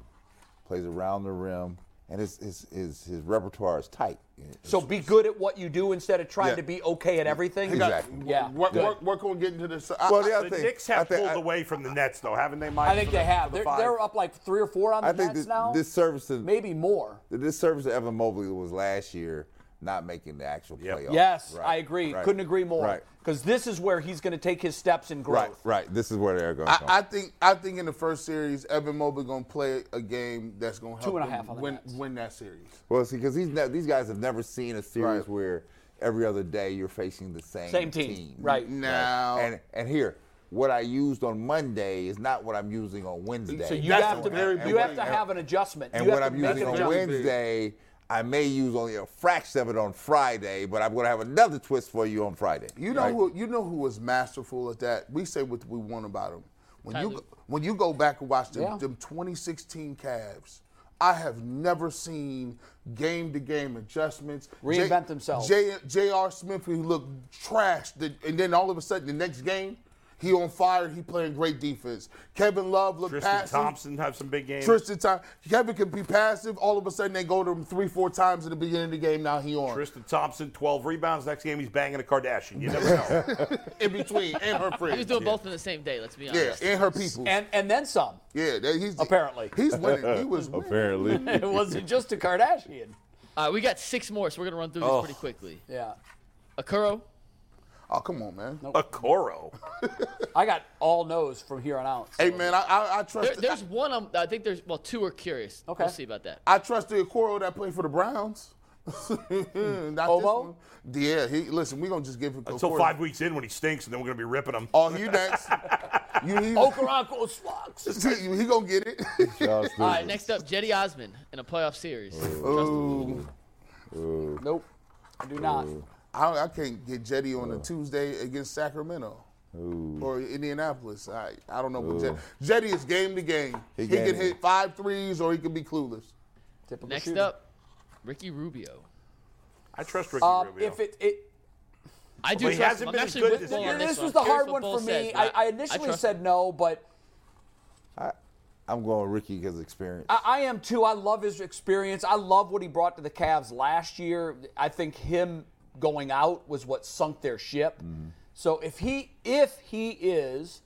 S1: plays around the rim, and his his his, his repertoire is tight.
S2: so be good at what you do instead of trying
S4: Yeah.
S2: to be okay at everything.
S1: Exactly.
S2: Yeah.
S4: Work,
S2: good.
S4: work, work on getting to this. I,
S1: Well, the other
S3: The
S1: thing,
S3: Knicks
S1: I
S3: have
S1: think,
S3: pulled
S1: I-
S3: away from the Nets, though, haven't they, Mike?
S2: I think
S3: for the-
S2: they have.
S3: for the
S2: They're,
S3: five?
S2: they're up like three or four on the
S1: I
S2: Nets
S1: think this,
S2: now.
S1: this service to
S2: Maybe more.
S1: the disservice to Evan Mobley was last year not making the actual
S3: Yep.
S1: playoffs.
S2: Yes,
S1: Right,
S2: I agree.
S1: right,
S2: Couldn't agree more.
S1: Right,
S2: Because this is where he's going to take his steps in
S1: right,
S2: growth.
S1: right. This is where they're going.
S4: I, I think I think in the first series, Evan Mobley gonna play a game that's gonna help
S2: Two and a
S4: them
S2: half on the
S4: win,
S2: Nets.
S4: win that series.
S1: Well, see, because ne- these guys have never seen a series
S4: Right.
S1: where every other day you're facing the same
S2: Same team, right.
S4: Now,
S1: And and here, what I used on Monday is not what I'm using on Wednesday.
S2: So you
S4: That's
S2: have
S4: the
S2: to
S4: very
S2: you have
S4: point.
S2: to have an adjustment.
S1: and
S2: you
S1: what
S2: have to
S1: I'm
S2: make
S1: using
S2: an
S1: on
S2: adjustment.
S1: Wednesday, I may use only a fraction of it on Friday, but I'm going to have another twist for you on Friday.
S4: you know
S1: right?
S4: who you know who was masterful at that. We say what we want about him. When you
S5: Tyler.
S4: go, when you go back and watch them,
S2: Yeah.
S4: them 2016 Cavs, I have never seen game to game adjustments. J-
S2: Reinvent themselves.
S4: J- J.R. Smith, who looked trash, the- and then all of a sudden the next game, he on fire. He playing great defense. Kevin Love looked
S3: Tristan
S4: passing.
S3: Thompson have some big games.
S4: Tristan time. Kevin can be passive. All of a sudden, they go to him three, four times in the beginning of the game. Now he on
S3: Tristan Thompson, 12 rebounds. Next game, he's banging a Kardashian. You never know.
S4: in between and her
S5: He was
S4: friends.
S5: doing both on the same day, let's be
S4: Yeah,
S5: honest.
S4: and her people.
S2: And and then some.
S4: yeah, that- he's
S2: Apparently.
S4: he's winning. He was winning.
S1: apparently.
S2: It wasn't just a Kardashian.
S5: Uh, we got six more, so we're going to run through these pretty quickly.
S2: Yeah.
S5: Akuro,
S4: Oh come on, man.
S3: a Coro.
S2: I got all no's from here on out.
S4: Hey man, I I, I
S5: there,
S4: trust
S5: there's one, um, I think there's, well, two are curious.
S2: Okay.
S5: We'll see about that.
S4: I trust the Okoro that played for the Browns.
S1: Not
S2: Omo?
S1: This one. Yeah, he listen. We gonna just give him
S3: Until
S1: Concordia.
S3: five weeks in when he stinks, and then we're going to be ripping
S4: Uh,
S3: him.
S1: Oh, you next? you he,
S2: Okoronkwo Slugs.
S1: he gonna get it?
S4: Charles
S5: All right,
S4: Stevenson.
S5: next up, Jetty Osman in a playoff series.
S1: Ooh,
S2: Nope, I do not.
S1: I, I can't get Jetty on a Tuesday against Sacramento. Or Indianapolis. I I don't know. But Jetty, Jetty is game to game. He,
S4: game
S1: can
S4: to
S1: hit
S4: game.
S1: five threes or he can be clueless.
S2: Typical
S5: Next
S2: shooter.
S5: up, Ricky Rubio.
S3: I trust Ricky
S2: Um,
S3: Rubio.
S2: if it, it
S5: I do
S3: Well, he
S5: trust
S3: hasn't
S5: him. I'm
S3: been as
S5: actually
S3: good
S5: with
S3: this
S5: Bull
S3: year.
S5: on
S2: this
S5: one.
S2: was the
S5: Here's
S2: hard
S5: what
S2: one
S5: Bull
S2: for
S5: says,
S2: me.
S5: but
S2: I, I initially
S5: trust
S2: said
S5: him.
S2: no, but
S4: I'm going Ricky because experience.
S2: I, I am too. I love his experience. I love what he brought to the Cavs last year. I think him going out was what sunk their ship. So if he if he is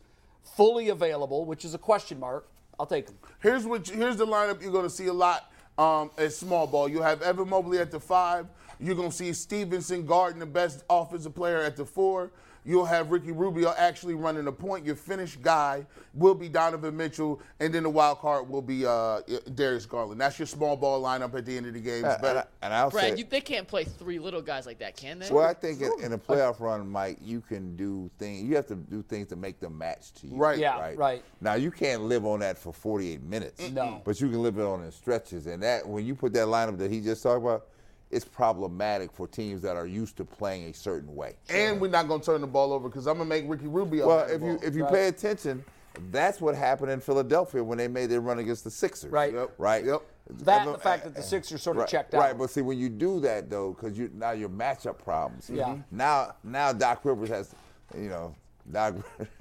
S2: fully available, which is a question mark, I'll take him.
S1: Here's what you- here's the lineup you're gonna see a lot um, at small ball. You'll have Evan Mobley at the five. You're gonna see Stevenson guarding the best offensive player at the four. You'll have Ricky Rubio actually running the point. Your finished guy will be Donovan Mitchell, and then the wild card will be uh, Darius Garland. That's your small ball lineup at the end of the game. It's
S4: Uh, and,
S1: better.
S4: I, and I'll
S5: Brad,
S4: say,
S5: you, they can't play three little guys like that, can they?
S4: well, I think in, in a playoff run, Mike, you can do things. You have to do things to make them match to you.
S1: Right.
S2: Yeah, right.
S4: Now you can't live on that for 48 minutes.
S2: No.
S4: But you can live it on in stretches, and that when you put that lineup that he just talked about, it's problematic for teams that are used to playing a certain way.
S1: And we're not gonna turn the ball over because I'm gonna make Ricky Rubio. have
S4: Well,
S1: the
S4: if you
S1: ball.
S4: if you pay attention, that's what happened in Philadelphia when they made their run against the Sixers.
S2: Right.
S1: Yep.
S4: Right.
S1: Yep.
S2: That
S4: I
S2: and
S4: know-
S2: the fact that the Sixers sort of
S4: Uh, right,
S2: checked out.
S4: Right, but see when you do that though, because you now your matchup problems.
S1: Mm-hmm.
S2: Yeah.
S4: Now now Doc Rivers has, you know, Doc.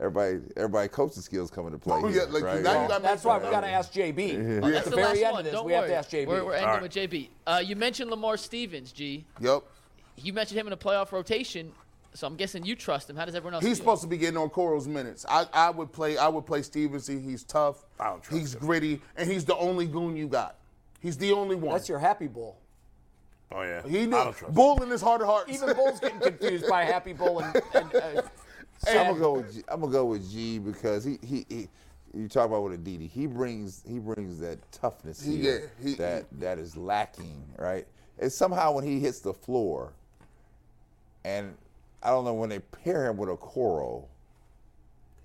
S4: Everybody everybody coaching skills come into play.
S1: Oh,
S4: here,
S1: yeah, like,
S4: right?
S1: now you
S4: Right.
S1: got-
S2: that's why we got to ask JB. At
S5: That's
S2: the,
S5: the
S2: very
S5: last
S2: end
S5: one.
S2: of this,
S5: Don't
S2: we
S5: worry.
S2: have to ask JB.
S5: We're, we're ending
S3: All right.
S5: with JB. Uh, you mentioned Lamar Stevens, G.
S1: yep.
S5: You mentioned him in a playoff rotation, so I'm guessing you trust him. How does everyone else?
S1: He's
S5: feel?
S1: supposed to be getting on Coral's minutes. I, I would play I would play Stevenson. He's tough.
S3: I don't trust
S1: he's
S3: him.
S1: gritty, and he's the only goon you got. He's the only one.
S2: That's your happy bull.
S3: oh yeah,
S1: he
S3: I
S1: knew
S3: don't trust.
S1: bull in his heart of hearts.
S2: Even Bull's getting confused by Happy Bull and, and uh,
S4: I'm
S2: Sam.
S4: gonna go. With G, I'm gonna go with G because he he. he you talk about with Aditi. He brings he brings that toughness
S1: He-
S4: here
S1: yeah, he-
S4: that that is lacking, right? And somehow when he hits the floor, and I don't know when they pair him with a coral,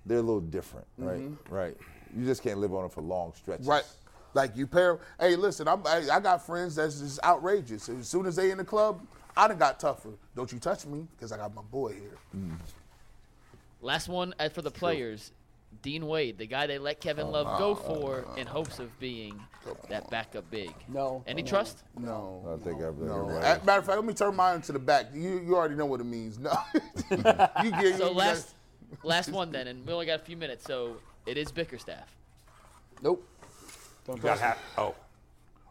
S4: they're a little different, right? Right. You just can't live on it for long stretches.
S1: Mm-hmm. right. Like you pair. Hey, listen, I'm, I, I got friends that's just outrageous. As soon as they in the club, I done got tougher. Don't you touch me, because I got my boy here.
S5: Last one uh, for the players. Dean Wade, the guy they let
S1: Oh,
S5: Kevin Love go for in hopes of being that backup big.
S2: No,
S5: Any
S2: no.
S5: trust?
S1: No.
S4: I think I've been
S1: No.
S4: right.
S1: A- Matter of fact, let me turn mine to the back. You you already know what it means. No. you get
S5: So
S1: you
S5: last, last one then, and we only got a few minutes, so it is Bickerstaff.
S2: Nope.
S3: You got half. Oh,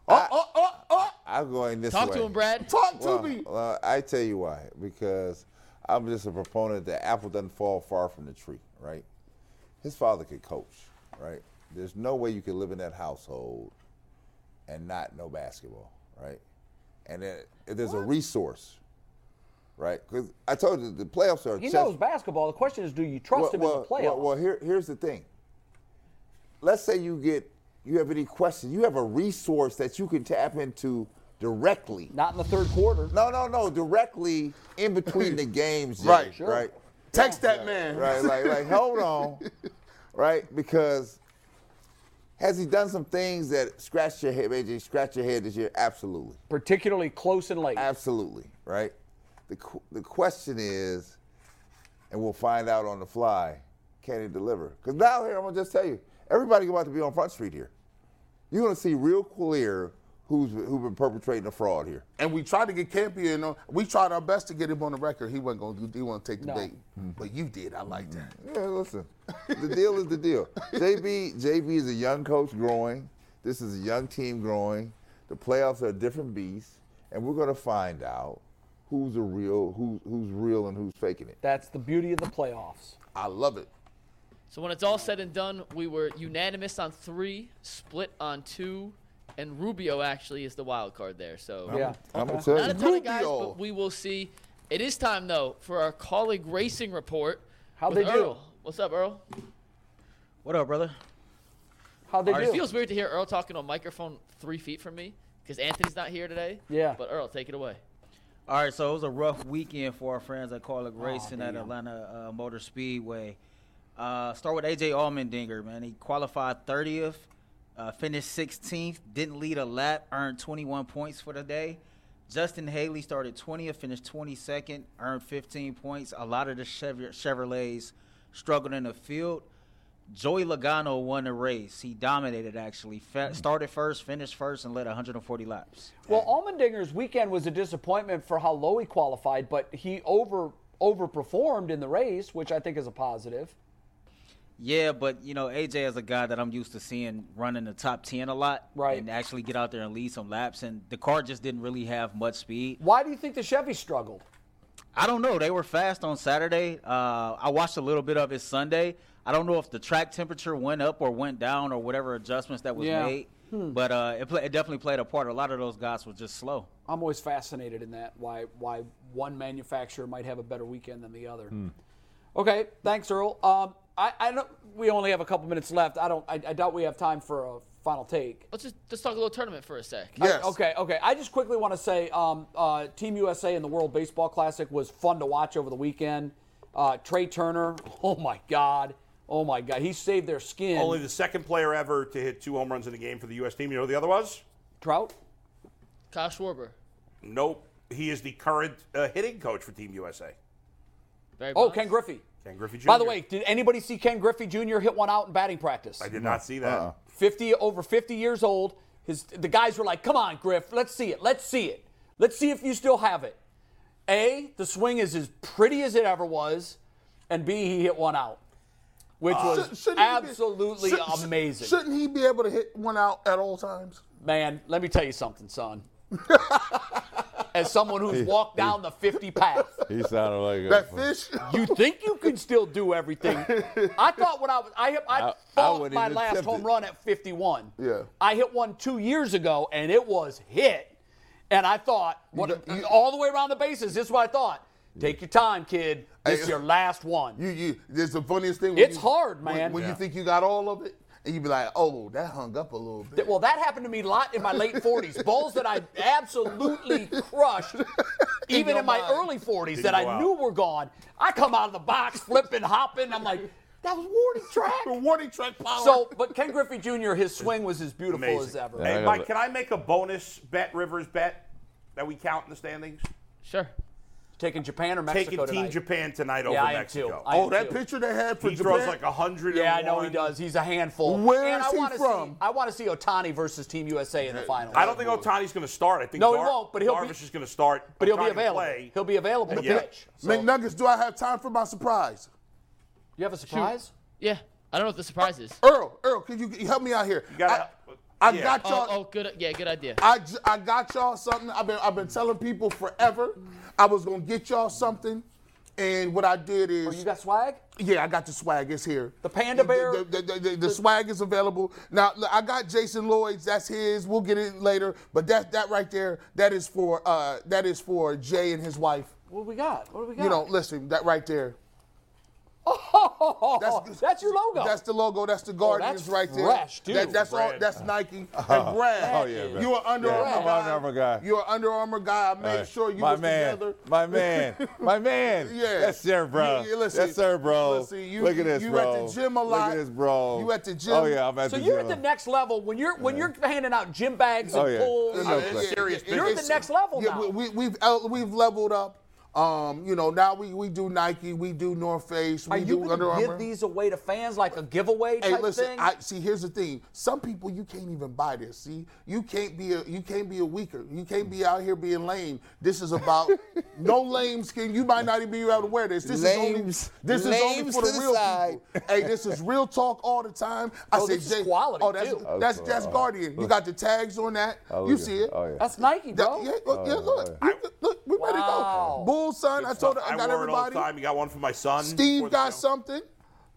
S1: got- oh, oh, oh,
S4: I'm going this
S5: Talk
S4: way.
S5: to him, Brad.
S1: oh, talk to
S4: Well,
S1: me.
S4: Uh, well, I tell you why. Because I'm just a proponent that apple doesn't fall far from the tree, right? His father could coach, right? There's no way you could live in that household and not know basketball, right? And then if there's a resource, right? Because I told you the playoffs are.
S2: He
S4: chess-
S2: knows basketball. The question is, do you trust him in the playoffs?
S4: well, well, here, here's the thing. Let's say you get you have any questions, you have a resource that you can tap into directly.
S2: Not in the third quarter.
S4: No, no, no. Directly in between the games. Jay,
S1: Right.
S4: Right. Right.
S1: Text that man.
S4: Like, like, hold on. Right. Because has he done some things that scratch your head, made you scratch your head this year? Absolutely.
S2: Particularly close and late.
S4: Absolutely. Right. The, qu- the question is, and we'll find out on the fly, can he deliver? Because now here, I'm going to just tell you, everybody's about to be on Front Street here. You're going to see real clear who's who been perpetrating the fraud here.
S1: And we tried to get Campion on. We tried our best to get him on the record. He wasn't going to do. He want to take the
S2: No.
S1: bait, but you did. I like that.
S4: Mm-hmm. Yeah, listen, the deal is the deal. JB, JB is a young coach growing. This is a young team growing. The playoffs are a different beast, and we're gonna find out who's a real, who's who's real, and who's faking it.
S2: That's the beauty of the playoffs.
S1: I love it.
S5: So when it's all said and done, we were unanimous on three, split on two, and Rubio actually is the wild card there. So
S2: Yeah.
S4: I'm gonna
S5: Not
S4: tell
S5: a
S4: you.
S5: ton of guys,
S1: Rubio.
S5: but we will see. It is time though for our colleague racing report.
S2: How'd
S5: with
S2: they do?
S5: Earl. What's up, Earl?
S8: What up, brother?
S2: How'd they
S5: All right,
S2: do?
S5: it feels weird to hear Earl talking on microphone three feet from me because Anthony's not here today.
S2: Yeah.
S5: But Earl, take it away.
S9: All right, so it was a rough weekend for our friends at Carlick Racing at Atlanta uh, Motor Speedway. Uh, start with AJ Allmendinger, man. He qualified 30th, uh, finished 16th, didn't lead a lap, earned 21 points for the day. Justin Haley started 20th, finished 22nd, earned 15 points. A lot of the Chev- Chevrolets struggled in the field. Joey Logano won the race. He dominated, actually. Fa- started first, finished first, and led 140 laps.
S2: Well, Allmendinger's weekend was a disappointment for how low he qualified, but he over overperformed in the race, which I think is a positive.
S9: Yeah, but you know, AJ is a guy that I'm used to seeing running the top ten a lot,
S2: Right.
S9: And actually get out there and lead some laps. And the car just didn't really have much speed.
S2: Why do you think the Chevy struggled?
S9: I don't know. They were fast on Saturday. Uh, I watched a little bit of it Sunday. I don't know if the track temperature went up or went down or whatever adjustments that was
S2: Yeah.
S9: made, but uh, it, pla it definitely played a part. A lot of those guys were just slow.
S2: I'm always fascinated in that why why one manufacturer might have a better weekend than the other.
S9: Hmm.
S2: Okay, thanks, Earl. Um, I, I don't. We only have a couple minutes left. I don't. I, I doubt we have time for a final take.
S5: Let's just let's talk a little tournament for a sec.
S4: Yes.
S2: Okay, okay. I just quickly want to say um, uh, Team USA in the World Baseball Classic was fun to watch over the weekend. Uh, Trey Turner, oh my God, oh my God, he saved their skin.
S3: Only the second player ever to hit two home runs in a game for the U.S. team. You know who the other was?
S2: Trout.
S5: Kyle Schwarber.
S3: Nope. He is the current uh, hitting coach for Team USA.
S5: Barry
S2: Oh,
S5: Bonds.
S2: Ken Griffey.
S3: Ken Griffey Jr.
S2: By the way, did anybody see Ken Griffey Jr. hit one out in batting practice?
S3: I did not see that.
S10: Uh-uh.
S2: 50 over 50 years old. His the guys were like, "Come on, Griff, let's see it. Let's see it. Let's see if you still have it." A, the swing is as pretty as it ever was, and B, he hit one out, which
S4: Should-
S2: was
S4: Uh, shouldn't he be-
S2: absolutely
S4: should- should-
S2: amazing.
S4: Shouldn't he be able to hit one out at all times?
S2: Man, let me tell you something, son. As someone who's walked down the 50 path,
S10: He sounded like a-
S4: That fish.
S2: you think you can still do everything. I thought when I was, I, hit- I,
S10: I- I
S2: thought
S10: wouldn't
S2: my
S10: even
S2: last
S10: attempt
S2: home
S10: it.
S2: run at 51.
S4: Yeah.
S2: I hit one two years ago and it was hit. And I thought, what,
S4: don't- you-
S2: all the way around the bases, this is what I thought. Take your time, kid. This is
S4: Hey,
S2: your last one.
S4: You, you, there's the funniest thing. when
S2: It's
S4: you-
S2: hard,
S4: when-
S2: man.
S4: When, you think you got all of it, and you be like, "Oh, that hung up a little bit."
S2: Well, that happened to me a lot in my late 40s. Balls that I absolutely crushed, even in,
S4: your
S2: my
S4: mind.
S2: early 40s, that I
S3: go out.
S2: knew were gone. I come out of the box, flipping, hopping. I'm like, that was warning
S4: The
S2: track.
S4: warning track power.
S2: So, but Ken Griffey Jr., his swing was as beautiful
S3: Amazing.
S2: as ever.
S3: Hey,
S10: I
S3: Mike,
S10: gotta-
S3: can I make a bonus bet, Rivers bet, that we count in the standings?
S5: Sure.
S2: Taking Japan or Mexico
S3: Taking Team
S2: tonight.
S3: Japan tonight over
S2: I am
S3: Mexico.
S2: too. I
S4: oh,
S2: am
S4: that
S2: too.
S4: picture they had for
S3: He
S4: Japan.
S3: throws like a hundred.
S2: Yeah, I know he does. He's a handful.
S4: Where
S2: and
S4: is
S2: I
S4: he
S2: wanna See,
S4: from?
S2: I want to see Otani versus Team USA in the final.
S3: I don't think Otani's going to start. I think
S2: No, he
S3: Dar-
S2: won't, but he'll be-
S3: Darvish is going to start.
S2: But he'll be
S3: Otani will
S2: available.
S3: play.
S2: He'll be available to
S3: Yeah.
S2: pitch.
S10: Oh.
S4: McNuggets, do I have time for my surprise?
S2: You have a surprise?
S5: Yeah. I don't know what the surprise is.
S4: Earl, Earl, can you help me out here?
S3: gotta-
S4: I, I
S3: yeah.
S4: got y'all.
S5: Oh, oh, good. Yeah, good idea.
S4: I, j- I got y'all something. I've been I've been telling people forever. I was gonna get y'all something, and what I did is
S2: You got swag?
S4: yeah, I got the swag. It's here.
S2: The panda bear?
S4: The, the- the- the- the swag is available now. look, I got Jason Lloyd's. That's his. We'll get it later. But that that right there, that is for uh that is for Jay and his wife.
S2: What do we got? What do we got?
S4: You know, listen, that right there.
S2: Oh, that's, your logo.
S4: That's the logo. That's the Guardians
S2: Oh, that's
S4: right there.
S2: fresh, dude.
S4: That- that's all.
S3: Brad.
S4: That's Nike and Brad.
S10: Oh, yeah, man.
S4: You are Under
S10: Yeah,
S4: Armour
S10: I'm
S4: guy.
S10: Under Armour guy.
S4: You're an Under Armour guy. I made
S10: All right.
S4: sure you
S10: my
S4: was
S10: man,
S4: together.
S10: My man, my man.
S4: Yeah.
S10: Yes, sir, bro.
S4: You- you listen,
S10: yes, sir, bro.
S4: listen, you-
S10: Look at this,
S4: you
S10: bro.
S4: at the gym a lot.
S10: Look at this, bro.
S4: You at the gym.
S10: Oh yeah, I'm at
S2: so
S10: the
S2: you're
S10: gym.
S2: at the next level when you're when you're handing out gym bags and
S10: Oh, yeah.
S2: pulls.
S10: No
S2: and-
S10: question.
S3: serious
S2: You're at the next level
S4: yeah,
S2: now.
S4: we- We, we've el- we've leveled up. Um, you know, now we, we do Nike, we do North Face, we
S2: Are you
S4: do
S2: going
S4: Under
S2: to
S4: Armour.
S2: give these away to fans like a giveaway type
S4: Hey, listen.
S2: thing?
S4: I see. Here's the thing. Some people you can't even buy this. See, you can't be a you can't be a weaker. You can't be out here being lame. This is about no lame skin. You might not even be able to wear this.
S1: Lames.
S4: This is only this is only
S1: Lames
S4: for the
S1: to the
S4: real
S1: side.
S4: people. Hey, this is real talk all the time. I
S2: Oh,
S4: say,
S2: this is
S4: Jay-
S2: quality,
S4: Oh, that's
S2: too.
S4: that's that's, Guardian. You got the tags on that. You
S10: look
S4: see
S10: at-
S4: it.
S10: oh, yeah.
S2: that's Nike,
S4: That-
S2: bro.
S4: yeah, look, yeah, look, You- look, we ready to
S2: Wow.
S4: go. Bull son, I told, I got
S3: wore it all the
S4: everybody.
S3: time. You got one for my son. before
S4: Steve
S3: the
S4: got
S3: show. Oh,
S4: something.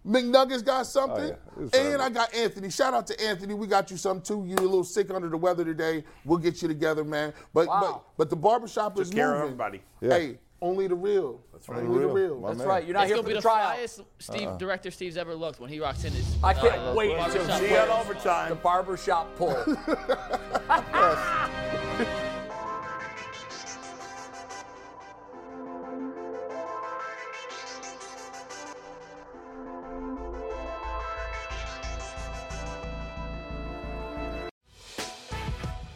S4: McNuggets got something.
S10: yeah. It's
S4: And
S3: uh,
S10: all
S4: I
S10: right.
S4: got Anthony. Shout out to Anthony. We got you something too. You a little sick under the weather today. We'll get you together, man. But
S2: Wow.
S4: but but the barbershop is
S3: Just care of
S4: moving.
S3: everybody.
S10: Yeah.
S4: Hey, only the real. That's right. Only the
S10: real.
S4: real.
S10: My
S2: that's
S10: man.
S2: right. You're not
S5: It's
S2: here
S5: gonna
S2: for
S5: be
S2: the
S5: the
S2: tryout.
S5: flyest Steve director Steve's ever looked when he rocks in his.
S2: I can't
S5: uh,
S2: wait
S5: barbershop
S2: till
S3: See
S2: Wait.
S3: you in
S5: pants.
S3: overtime.
S2: The barbershop pull.